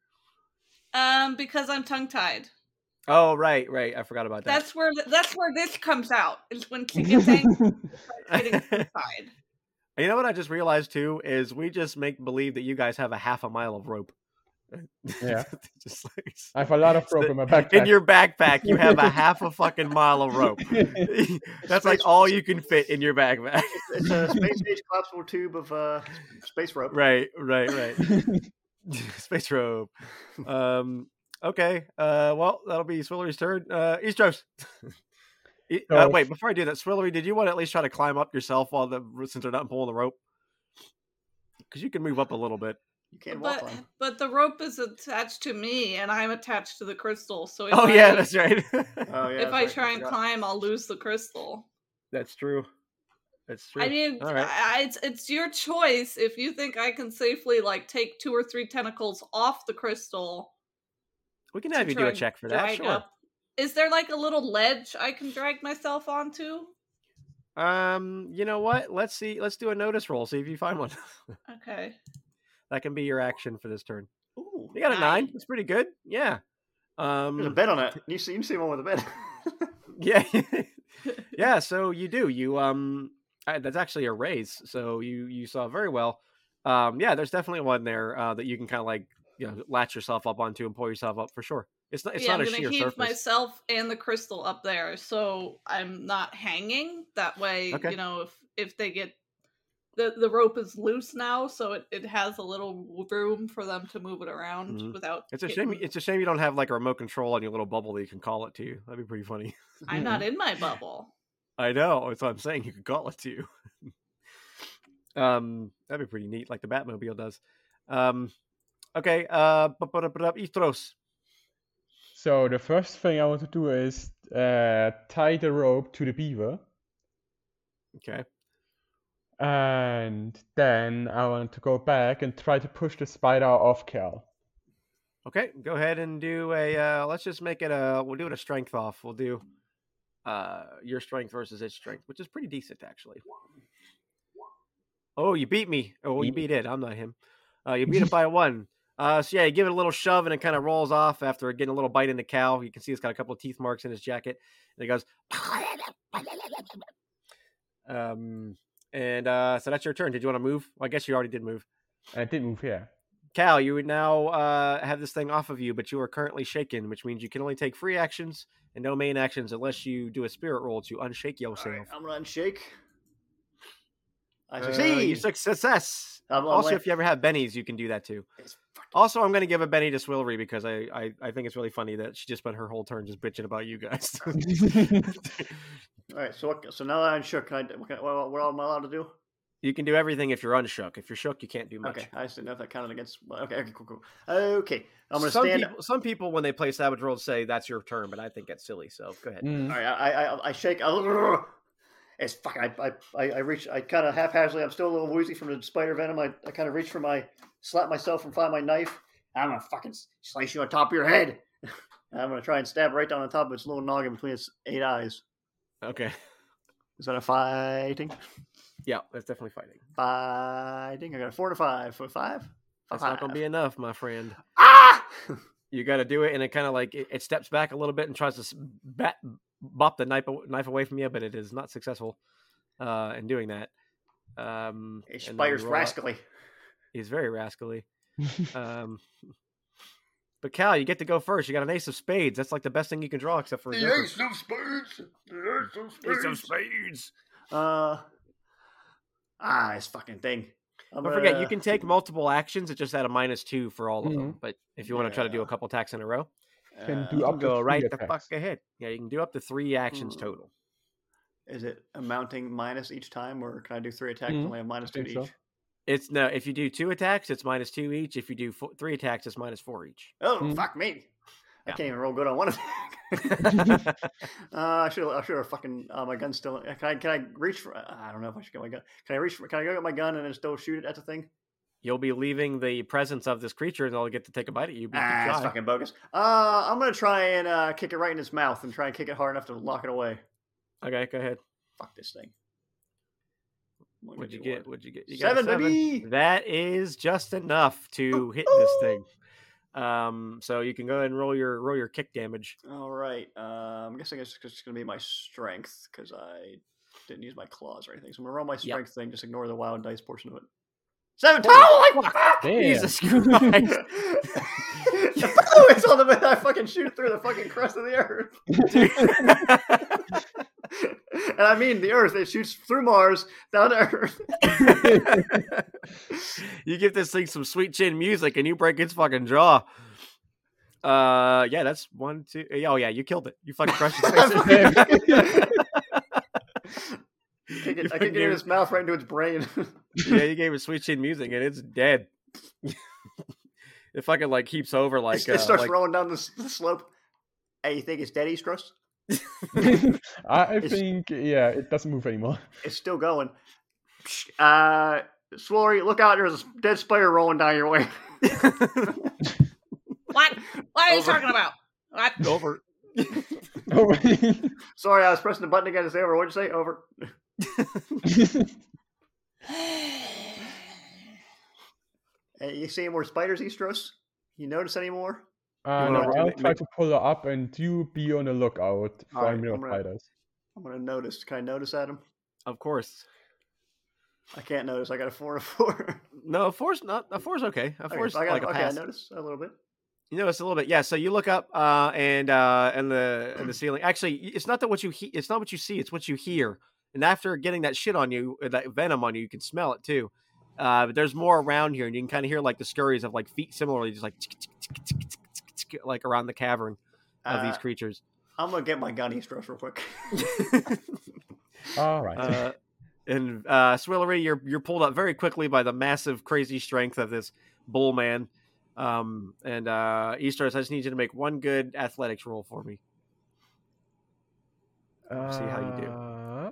S4: Um, because I'm tongue tied.
S1: Oh, right, right. I forgot about that.
S4: That's where th- that's where this comes out. Is when she gets angry, getting tongue tied.
S1: you know what I just realized too is we just make believe that you guys have a half a mile of rope.
S2: Yeah.
S1: just like,
S2: I have a lot of
S1: It's
S2: rope
S1: the-
S2: in my backpack.
S1: in your backpack, you have a half a fucking mile of rope. That's like all you can fit in your backpack.
S3: It's a space age collapsible tube of uh, space rope.
S1: right, right, right. Space rope. Um, okay. Uh, well, that'll be Swillery's turn. Uh, Eastros. E- uh,
S2: So-
S1: wait, before I do that, Swillery, did you want to at least try to climb up yourself while the since they're not pulling the rope? Because you can move up a little bit.
S3: You can't walk
S4: But
S3: on. it.
S4: but the rope is attached to me and I'm attached to the crystal. So if
S1: Oh
S4: I
S1: yeah, that's right. Uh,
S3: Oh, yeah,
S4: if
S3: that's
S4: I
S3: right,
S4: try and
S3: forgot.
S4: climb, I'll lose the crystal.
S1: that's true. That's true.
S4: I mean,
S1: All right.
S4: I, I- it's it's your choice if you think I can safely like take two or three tentacles off the crystal.
S1: we can
S4: to
S1: have you do
S4: try
S1: a
S4: and
S1: check for that.
S4: drag
S1: Sure.
S4: up. Is there like a little ledge I can drag myself onto?
S1: Um, you know what? Let's see. Let's do a notice roll. See if you find one.
S4: Okay.
S1: that can be your action for this turn.
S3: Ooh,
S1: You got a nine.
S4: Nine.
S1: That's pretty good. Yeah.
S3: there's a
S1: Um.
S3: bed on it. You see, you see one with a bed.
S1: Yeah. yeah. So you do. You um. I, that's actually a raise. So you you saw very well. Um. Yeah. There's definitely one there uh, that you can kind of like you know latch yourself up onto and pull yourself up for sure. It's not. It's
S4: yeah,
S1: not
S4: I'm
S1: a
S4: gonna
S1: sheer
S4: heave
S1: surface.
S4: myself and the crystal up there, so I'm not hanging. That way,
S1: Okay.
S4: you know, if if they get the the rope is loose now, so it, it has a little room for them to move it around
S1: Mhm.
S4: without.
S1: It's a
S4: getting-
S1: shame. It's a shame you don't have like a remote control on your little bubble that you can call it to you. That'd be pretty funny.
S4: I'm not in my bubble.
S1: I know. That's what I'm saying. You could call it to you. um, that'd be pretty neat, like the Batmobile does. Um, okay. Uh, bu- bu- bu- bu- Istros.
S2: So the first thing I want to do is uh, tie the rope to the beaver,
S1: Okay.
S2: and then I want to go back and try to push the spider off Cal.
S1: Okay. Go ahead and do a. Uh, let's just make it a. We'll do it a strength off. We'll do uh your strength versus its strength, which is pretty decent actually. Oh, you beat me. Oh, you
S2: Mm.
S1: beat it. I'm not him. Uh, you beat it by one. Uh, so yeah, you give it a little shove and it kind of rolls off after getting a little bite in the cow. You can see it's got a couple of teeth marks in his jacket. And it goes. Um, and uh, so that's your turn. Did you want to move? Well, I guess you already did move.
S2: And it did move here.
S1: Cal, you would now uh, have this thing off of you, but you are currently shaken, which means you can only take free actions and no main actions unless you do a spirit roll to unshake
S3: All
S1: yourself.
S3: right, I'm gonna unshake. I
S1: Uh,
S3: succeed.
S1: you success.
S3: I'm- I'm
S1: also,
S3: like-
S1: if you ever have bennies, you can do that too.
S3: It's fucking-
S1: Also, I'm going to give a Benny to Swillery because I, I, I think it's really funny that she just spent her whole turn just bitching about you guys.
S2: Mm.
S3: All right, so what, so now that I'm shook, can I, what, can I- what, what am I allowed to do?
S1: you can do everything if you're unshook. If you're shook, you can't do much.
S3: Okay, I didn't know if that counted against. well, Okay, okay, cool, cool. Okay, I'm gonna
S1: some
S3: stand.
S1: People, some people, when they play Savage World, say that's your turn, but I think that's silly. So go ahead.
S2: Mm.
S3: All right, I I, I- I shake. I, it's fucking. I, I I reach. I kind of haphazardly. I'm still a little woozy from the spider venom. I, I kind of reach for my slap myself and find my knife. I'm gonna fucking slice you on top of your head. And I'm gonna try and stab right down the top of its little noggin between its eight eyes. Mm.
S1: Okay.
S3: Is that a fighting?
S1: Yeah, that's definitely fighting.
S3: Fighting. I got a four and a five. For five.
S1: That's not going to be enough, my friend.
S3: Ah!
S1: you got to do it, and it kind of like it, it steps back a little bit and tries to s- bat, bop the knife, aw- knife away from you, but it is not successful uh, in doing that. Um,
S3: Hey,
S1: and then
S3: spider's
S1: roll out-
S3: rascally.
S1: He's very rascally. um, but Cal, you get to go first. You got an ace of spades. That's like the best thing you can draw, except for a joker.
S3: of spades. The ace of
S1: spades.
S3: Uh, ah, this fucking thing. I'm
S1: Don't forget, you
S3: gonna-
S1: can take multiple actions. It just had a minus two for all of them. But if you want to try to do a
S3: Yeah.
S1: couple attacks in a row,
S2: Can
S3: Uh,
S2: do
S1: You
S2: Mm-hmm. up
S1: can
S2: to
S1: go
S2: three
S1: right the fuck
S2: attacks.
S1: ahead. Yeah, you can do up to three actions
S3: Hmm.
S1: total.
S3: Is it a mounting minus each time, or can I do three attacks
S1: Mm-hmm.
S2: Mhm.
S3: and only have minus two
S2: think so.
S3: to each?
S1: It's no. If you do two attacks, it's minus two each. If you do four, three attacks, it's minus four each.
S3: Oh,
S2: Mhm.
S3: fuck me! I
S1: Mm-hmm. Yeah.
S3: can't even roll good on one attack. uh, I should I should have fucking uh, my gun's still. Can I can I reach for? uh, I don't know if I should get my gun. Can I reach? For, can I go get my gun and then still shoot it at the thing?
S1: You'll be leaving the presence of this creature, and they'll get to take a bite at you. but you
S3: Ah,
S1: can
S3: that's
S1: try.
S3: fucking bogus. Uh, I'm gonna try and uh, kick it right in his mouth and try and kick it hard enough to lock it away.
S1: Okay, go ahead.
S3: Fuck this thing. Look
S1: What'd you
S3: at you,
S1: get?
S3: Lord.
S1: What'd you get? You got a
S3: Seven, baby.
S1: That is just enough to hit this thing. Um, so you can go ahead and roll your roll your kick damage.
S3: All right. Um, I'm guessing it's just going to be my strength because I didn't use my claws or anything. So I'm going to roll my strength thing. Just ignore the wild dice portion of it. Seven. Oh, like, fuck!
S2: Damn.
S1: Jesus Christ,
S3: Oh, it's on the I fucking shoot through the fucking crust of the earth. and I mean the earth. It shoots through Mars down to Earth.
S1: you give this thing some sweet chin music, and you break its fucking jaw. Uh, yeah, that's one, two. Oh yeah, you killed it. You fucking crushed it. You
S3: Kick it- I
S1: fucking
S3: can get in
S1: gave-
S3: its mouth right into its brain.
S1: yeah, you gave it sweet chin music, and it's dead. it fucking like heaps over like
S3: it
S1: uh,
S3: starts
S1: like-
S3: rolling down the, s- the slope. Hey, you think it's dead, East Crust?
S2: I, I
S3: It's-
S2: think yeah, it doesn't move anymore.
S3: It's still going. Uh, Swory, look out! There's a s- dead spider rolling down your way.
S4: What? What are you
S3: Over.
S4: talking about? What?
S1: over.
S3: Sorry, I was pressing the button again to say over. What'd you say? Over. Hey, you see any more spiders, Eastros? You notice any more?
S2: and
S1: wanna
S2: I'll
S1: make-
S2: try
S1: make-
S2: to pull her up, and you be on the lookout for
S3: Alright,
S2: male
S3: I'm gonna-
S2: spiders.
S3: I'm gonna notice. Can I notice at him?
S1: Of course.
S3: I can't notice. I got a four of four.
S1: No, a four's not a four's okay. A
S3: Okay,
S1: four's
S3: so I got
S1: like a
S3: okay.
S1: pass.
S3: I notice a little bit.
S1: You notice a little bit, yeah. So you look up, uh, and uh, and the and the ceiling. Actually, y- it's not that what you he- it's not what you see. It's what you hear. And after getting that shit on you, uh, that venom on you, you can smell it too. Uh, but there's more around here, and you can kind of hear like the scurries of like feet, similarly, just like tick, tick, tick, tick, tick, tick, tick, tick, like around the cavern of
S3: Uh,
S1: these creatures.
S3: I'm gonna get my gun, Eastros, real quick.
S2: All right.
S1: uh, and uh, Swillery, you're you're pulled up very quickly by the massive, crazy strength of this bull man. Um, and uh, Eastros, I just need you to make one good athletics roll for me. we'll see how you do.
S2: Uh,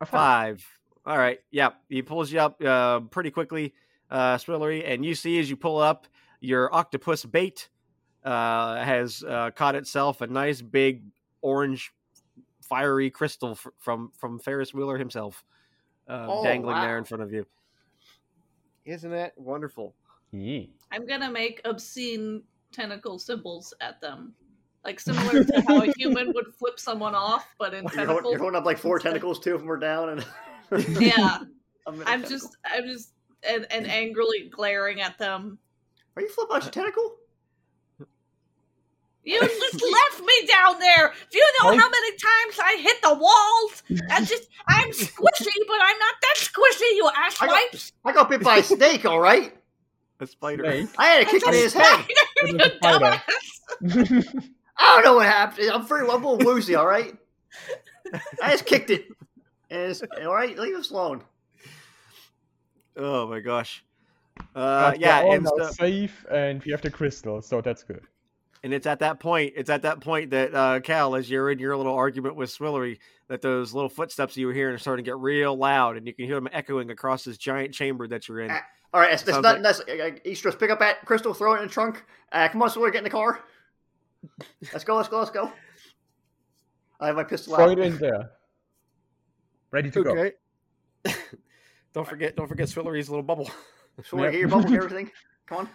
S2: I found-
S1: Five. All right. Yep. He pulls you up uh, pretty quickly, uh, Swillery, and you see as you pull up, your octopus bait uh, has uh, caught itself a nice big orange, fiery crystal f- from from Ferris Wheeler himself, uh,
S3: Oh,
S1: dangling there
S3: wow.
S1: in front of you. Isn't that wonderful?
S2: Yeah.
S4: I'm gonna make obscene tentacle symbols at them. Like similar to how a human would flip someone off, but in
S3: You're holding,
S4: tentacles.
S3: you're holding up like four tentacles. Two of them are down, and
S4: Yeah.
S3: I'm, in a
S4: I'm
S3: tentacle.
S4: just I'm just and, and angrily glaring at them.
S3: Are you flipping out your tentacle?
S4: You just left me down there. Do you know how many times I hit the walls? I just I'm squishy, but I'm not that squishy, you
S3: I got-
S4: asswipe.
S3: I got bit by a snake. All right.
S1: A spider.
S2: Snake.
S3: I had a kick in
S4: It's a
S3: his head.
S4: spider,
S2: It was a spider.
S4: you dumbass.
S1: Uh,
S3: I don't know what happened. I'm free. I'm a little woozy. All right. I just kicked it. And it's, all right, leave us alone.
S1: Oh my gosh.
S2: But
S1: Uh,
S2: they're
S1: yeah,
S2: all
S1: and
S2: now
S1: so-
S2: safe, and we have the crystal, so that's good.
S1: And it's at that point, it's at that point that uh, Cal, as you're in your little argument with Swillery, that those little footsteps you were hearing are starting to get real loud, and you can hear them echoing across this giant chamber that you're in.
S3: Ah. All right, it's, it's
S1: Sounds
S3: nothing. That's uh, Eastros. Pick up that crystal, throw it in the trunk. Uh, come on, Swiller, get in the car. Let's go. Let's go. Let's go. I have my pistol
S2: Throw it
S3: out.
S2: in there. Ready to go.
S1: Okay. don't forget, don't forget Swillery's little bubble.
S3: Swiller, get your bubble, get everything. Come on,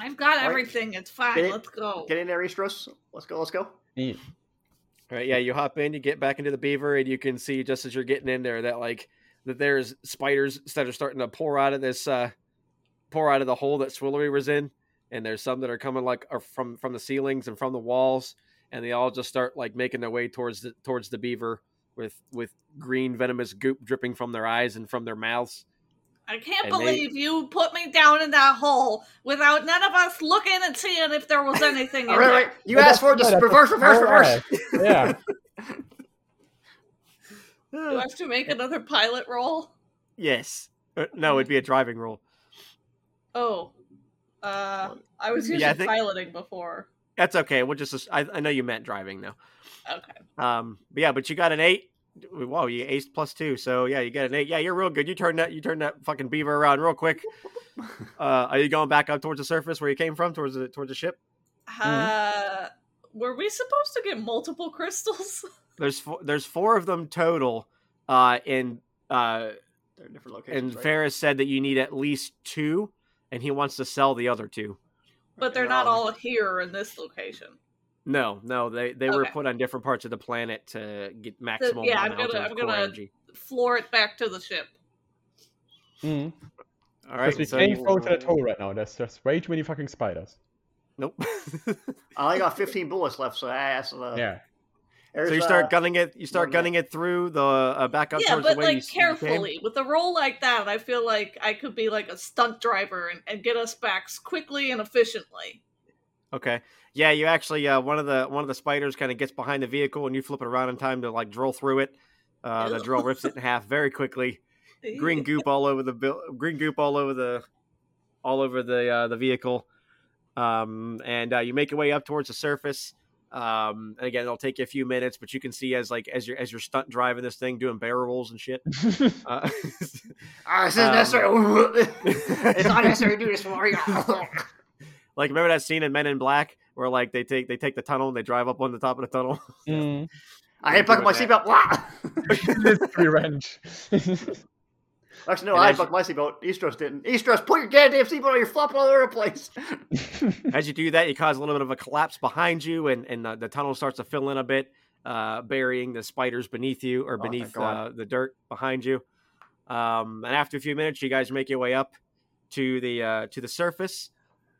S4: I've got
S3: Alright.
S4: everything. It's fine.
S3: Get it-
S4: Let's go.
S3: get in there, Eastros. Let's go. Let's go.
S2: Yeah.
S1: All right, yeah, you hop in, you get back into the beaver, and you can see just as you're getting in there that like that there's spiders that are starting to pour out of this uh pour out of the hole that Swillery was in, and there's some that are coming like are from from the ceilings and from the walls, and they all just start like making their way towards the towards the beaver with with green venomous goop dripping from their eyes and from their mouths.
S4: I can't
S5: And they-
S4: believe you put me down in that hole without none of us looking and seeing if there was anything in
S3: All right,
S4: there.
S3: wait. You
S2: Well,
S3: asked for it.
S2: that's
S3: Just
S2: good.
S3: reverse, reverse, reverse.
S2: yeah.
S4: Do I have to make another pilot roll?
S1: Yes. Uh, no, it'd be a driving roll.
S4: Oh. Uh, I was
S1: Yeah,
S4: using
S1: I think-
S4: piloting before.
S1: That's okay. We'll just. I, I know you meant driving though.
S4: Okay.
S1: Um. But yeah, but you got an eight. Whoa, you aced plus two. So yeah, you got an eight. Yeah, you're real good. You turned that. You turned that fucking beaver around real quick. Uh, are you going back up towards the surface where you came from, towards the towards the ship?
S4: Uh, were we supposed to get multiple crystals?
S1: There's four, there's four of them total. Uh, and uh,
S3: They're in different locations.
S1: and
S3: right?
S1: Ferris said that you need at least two, and he wants to sell the other two.
S4: but they're not all here in this location.
S1: No, no, they they were
S4: Okay.
S1: put on different parts of the planet to get maximum
S4: yeah, I'm
S1: amount
S4: gonna-
S1: of
S4: I'm
S1: core
S4: gonna-
S1: energy.
S4: Floor it back to the ship.
S2: Mm.
S1: All
S2: Because we
S1: right, so
S2: can't
S1: you-
S2: go to that hole right now. There's just way too many fucking spiders.
S1: nope.
S3: I only got 15 bullets left, so I asked. Uh,
S2: yeah.
S1: so
S3: there's,
S1: you
S3: uh,
S1: start gunning it. You start
S3: one
S1: gunning it through the uh, back up
S4: yeah,
S1: towards
S4: but
S1: the way
S4: like
S1: you, s- you came.
S4: carefully. With a roll like that, I feel like I could be like a stunt driver and, and get us back quickly and efficiently.
S1: Okay. Yeah, you actually uh, one of the one of the spiders kind of gets behind the vehicle, and you flip it around in time to like drill through it. Uh, the
S4: Ew.
S1: drill rips it in half very quickly. Green goop all over the bil- green goop all over the all over the uh, the vehicle. Um, and uh, you make your way up towards the surface. Um, and again, it'll take you a few minutes, but you can see as like as you're as you're stunt driving this thing, doing barrel rolls and shit. Uh,
S3: Ah, this is
S1: Um,
S3: necessary. it's not necessary to do this for you.
S1: like remember that scene in Men in Black where like they take they take the tunnel and they drive up on the top of the tunnel.
S2: Mm.
S3: I had buckled my
S1: Doing
S3: seatbelt. Wah!
S2: It's revenge.
S3: Actually, no,
S1: And
S3: I
S1: as
S3: had
S1: you-
S3: buckled my seatbelt. Eastros didn't. Eastros, put your goddamn seatbelt on. You're flopping all over the place.
S1: As you do that, you cause a little bit of a collapse behind you, and and uh, the, the tunnel starts to fill in a bit, uh, burying the spiders beneath you or
S3: Oh, thank
S1: beneath
S3: God.
S1: uh, the dirt behind you. Um, and after a few minutes, you guys make your way up to the uh, to the surface,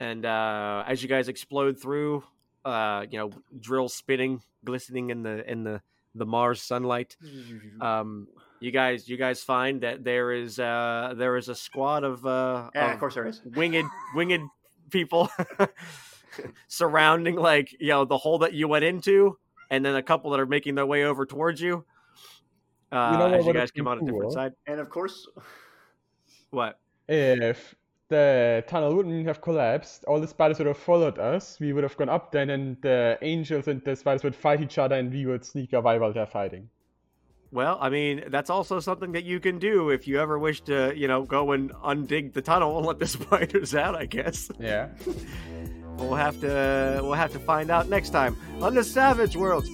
S1: and uh, as you guys explode through, uh, you know, drills spinning, glistening in the in the the Mars sunlight.
S2: Mm.
S1: Um, you guys, you guys find that there is uh, there is a squad of, uh,
S2: Eh.
S3: yeah,
S1: of
S3: of course there is.
S1: winged winged people surrounding like you know the hole that you went into and then a couple that are making their way over towards you uh,
S2: know what
S1: as you
S2: would've
S1: guys
S2: been
S1: come out a different
S2: cool?
S1: side
S3: And of course,
S1: what
S2: if the tunnel wouldn't have collapsed, all the spiders would have followed us. We would have gone up then, and the angels and the spiders would fight each other, and we would sneak away while they're fighting.
S1: well i mean that's also something that you can do if you ever wish to you know go and undig the tunnel and let the spiders out i guess
S2: Yeah.
S1: we'll have to we'll have to find out next time on the savage worlds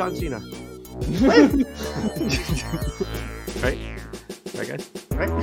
S1: john cena right right guys
S3: right?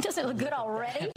S6: Does it look good already?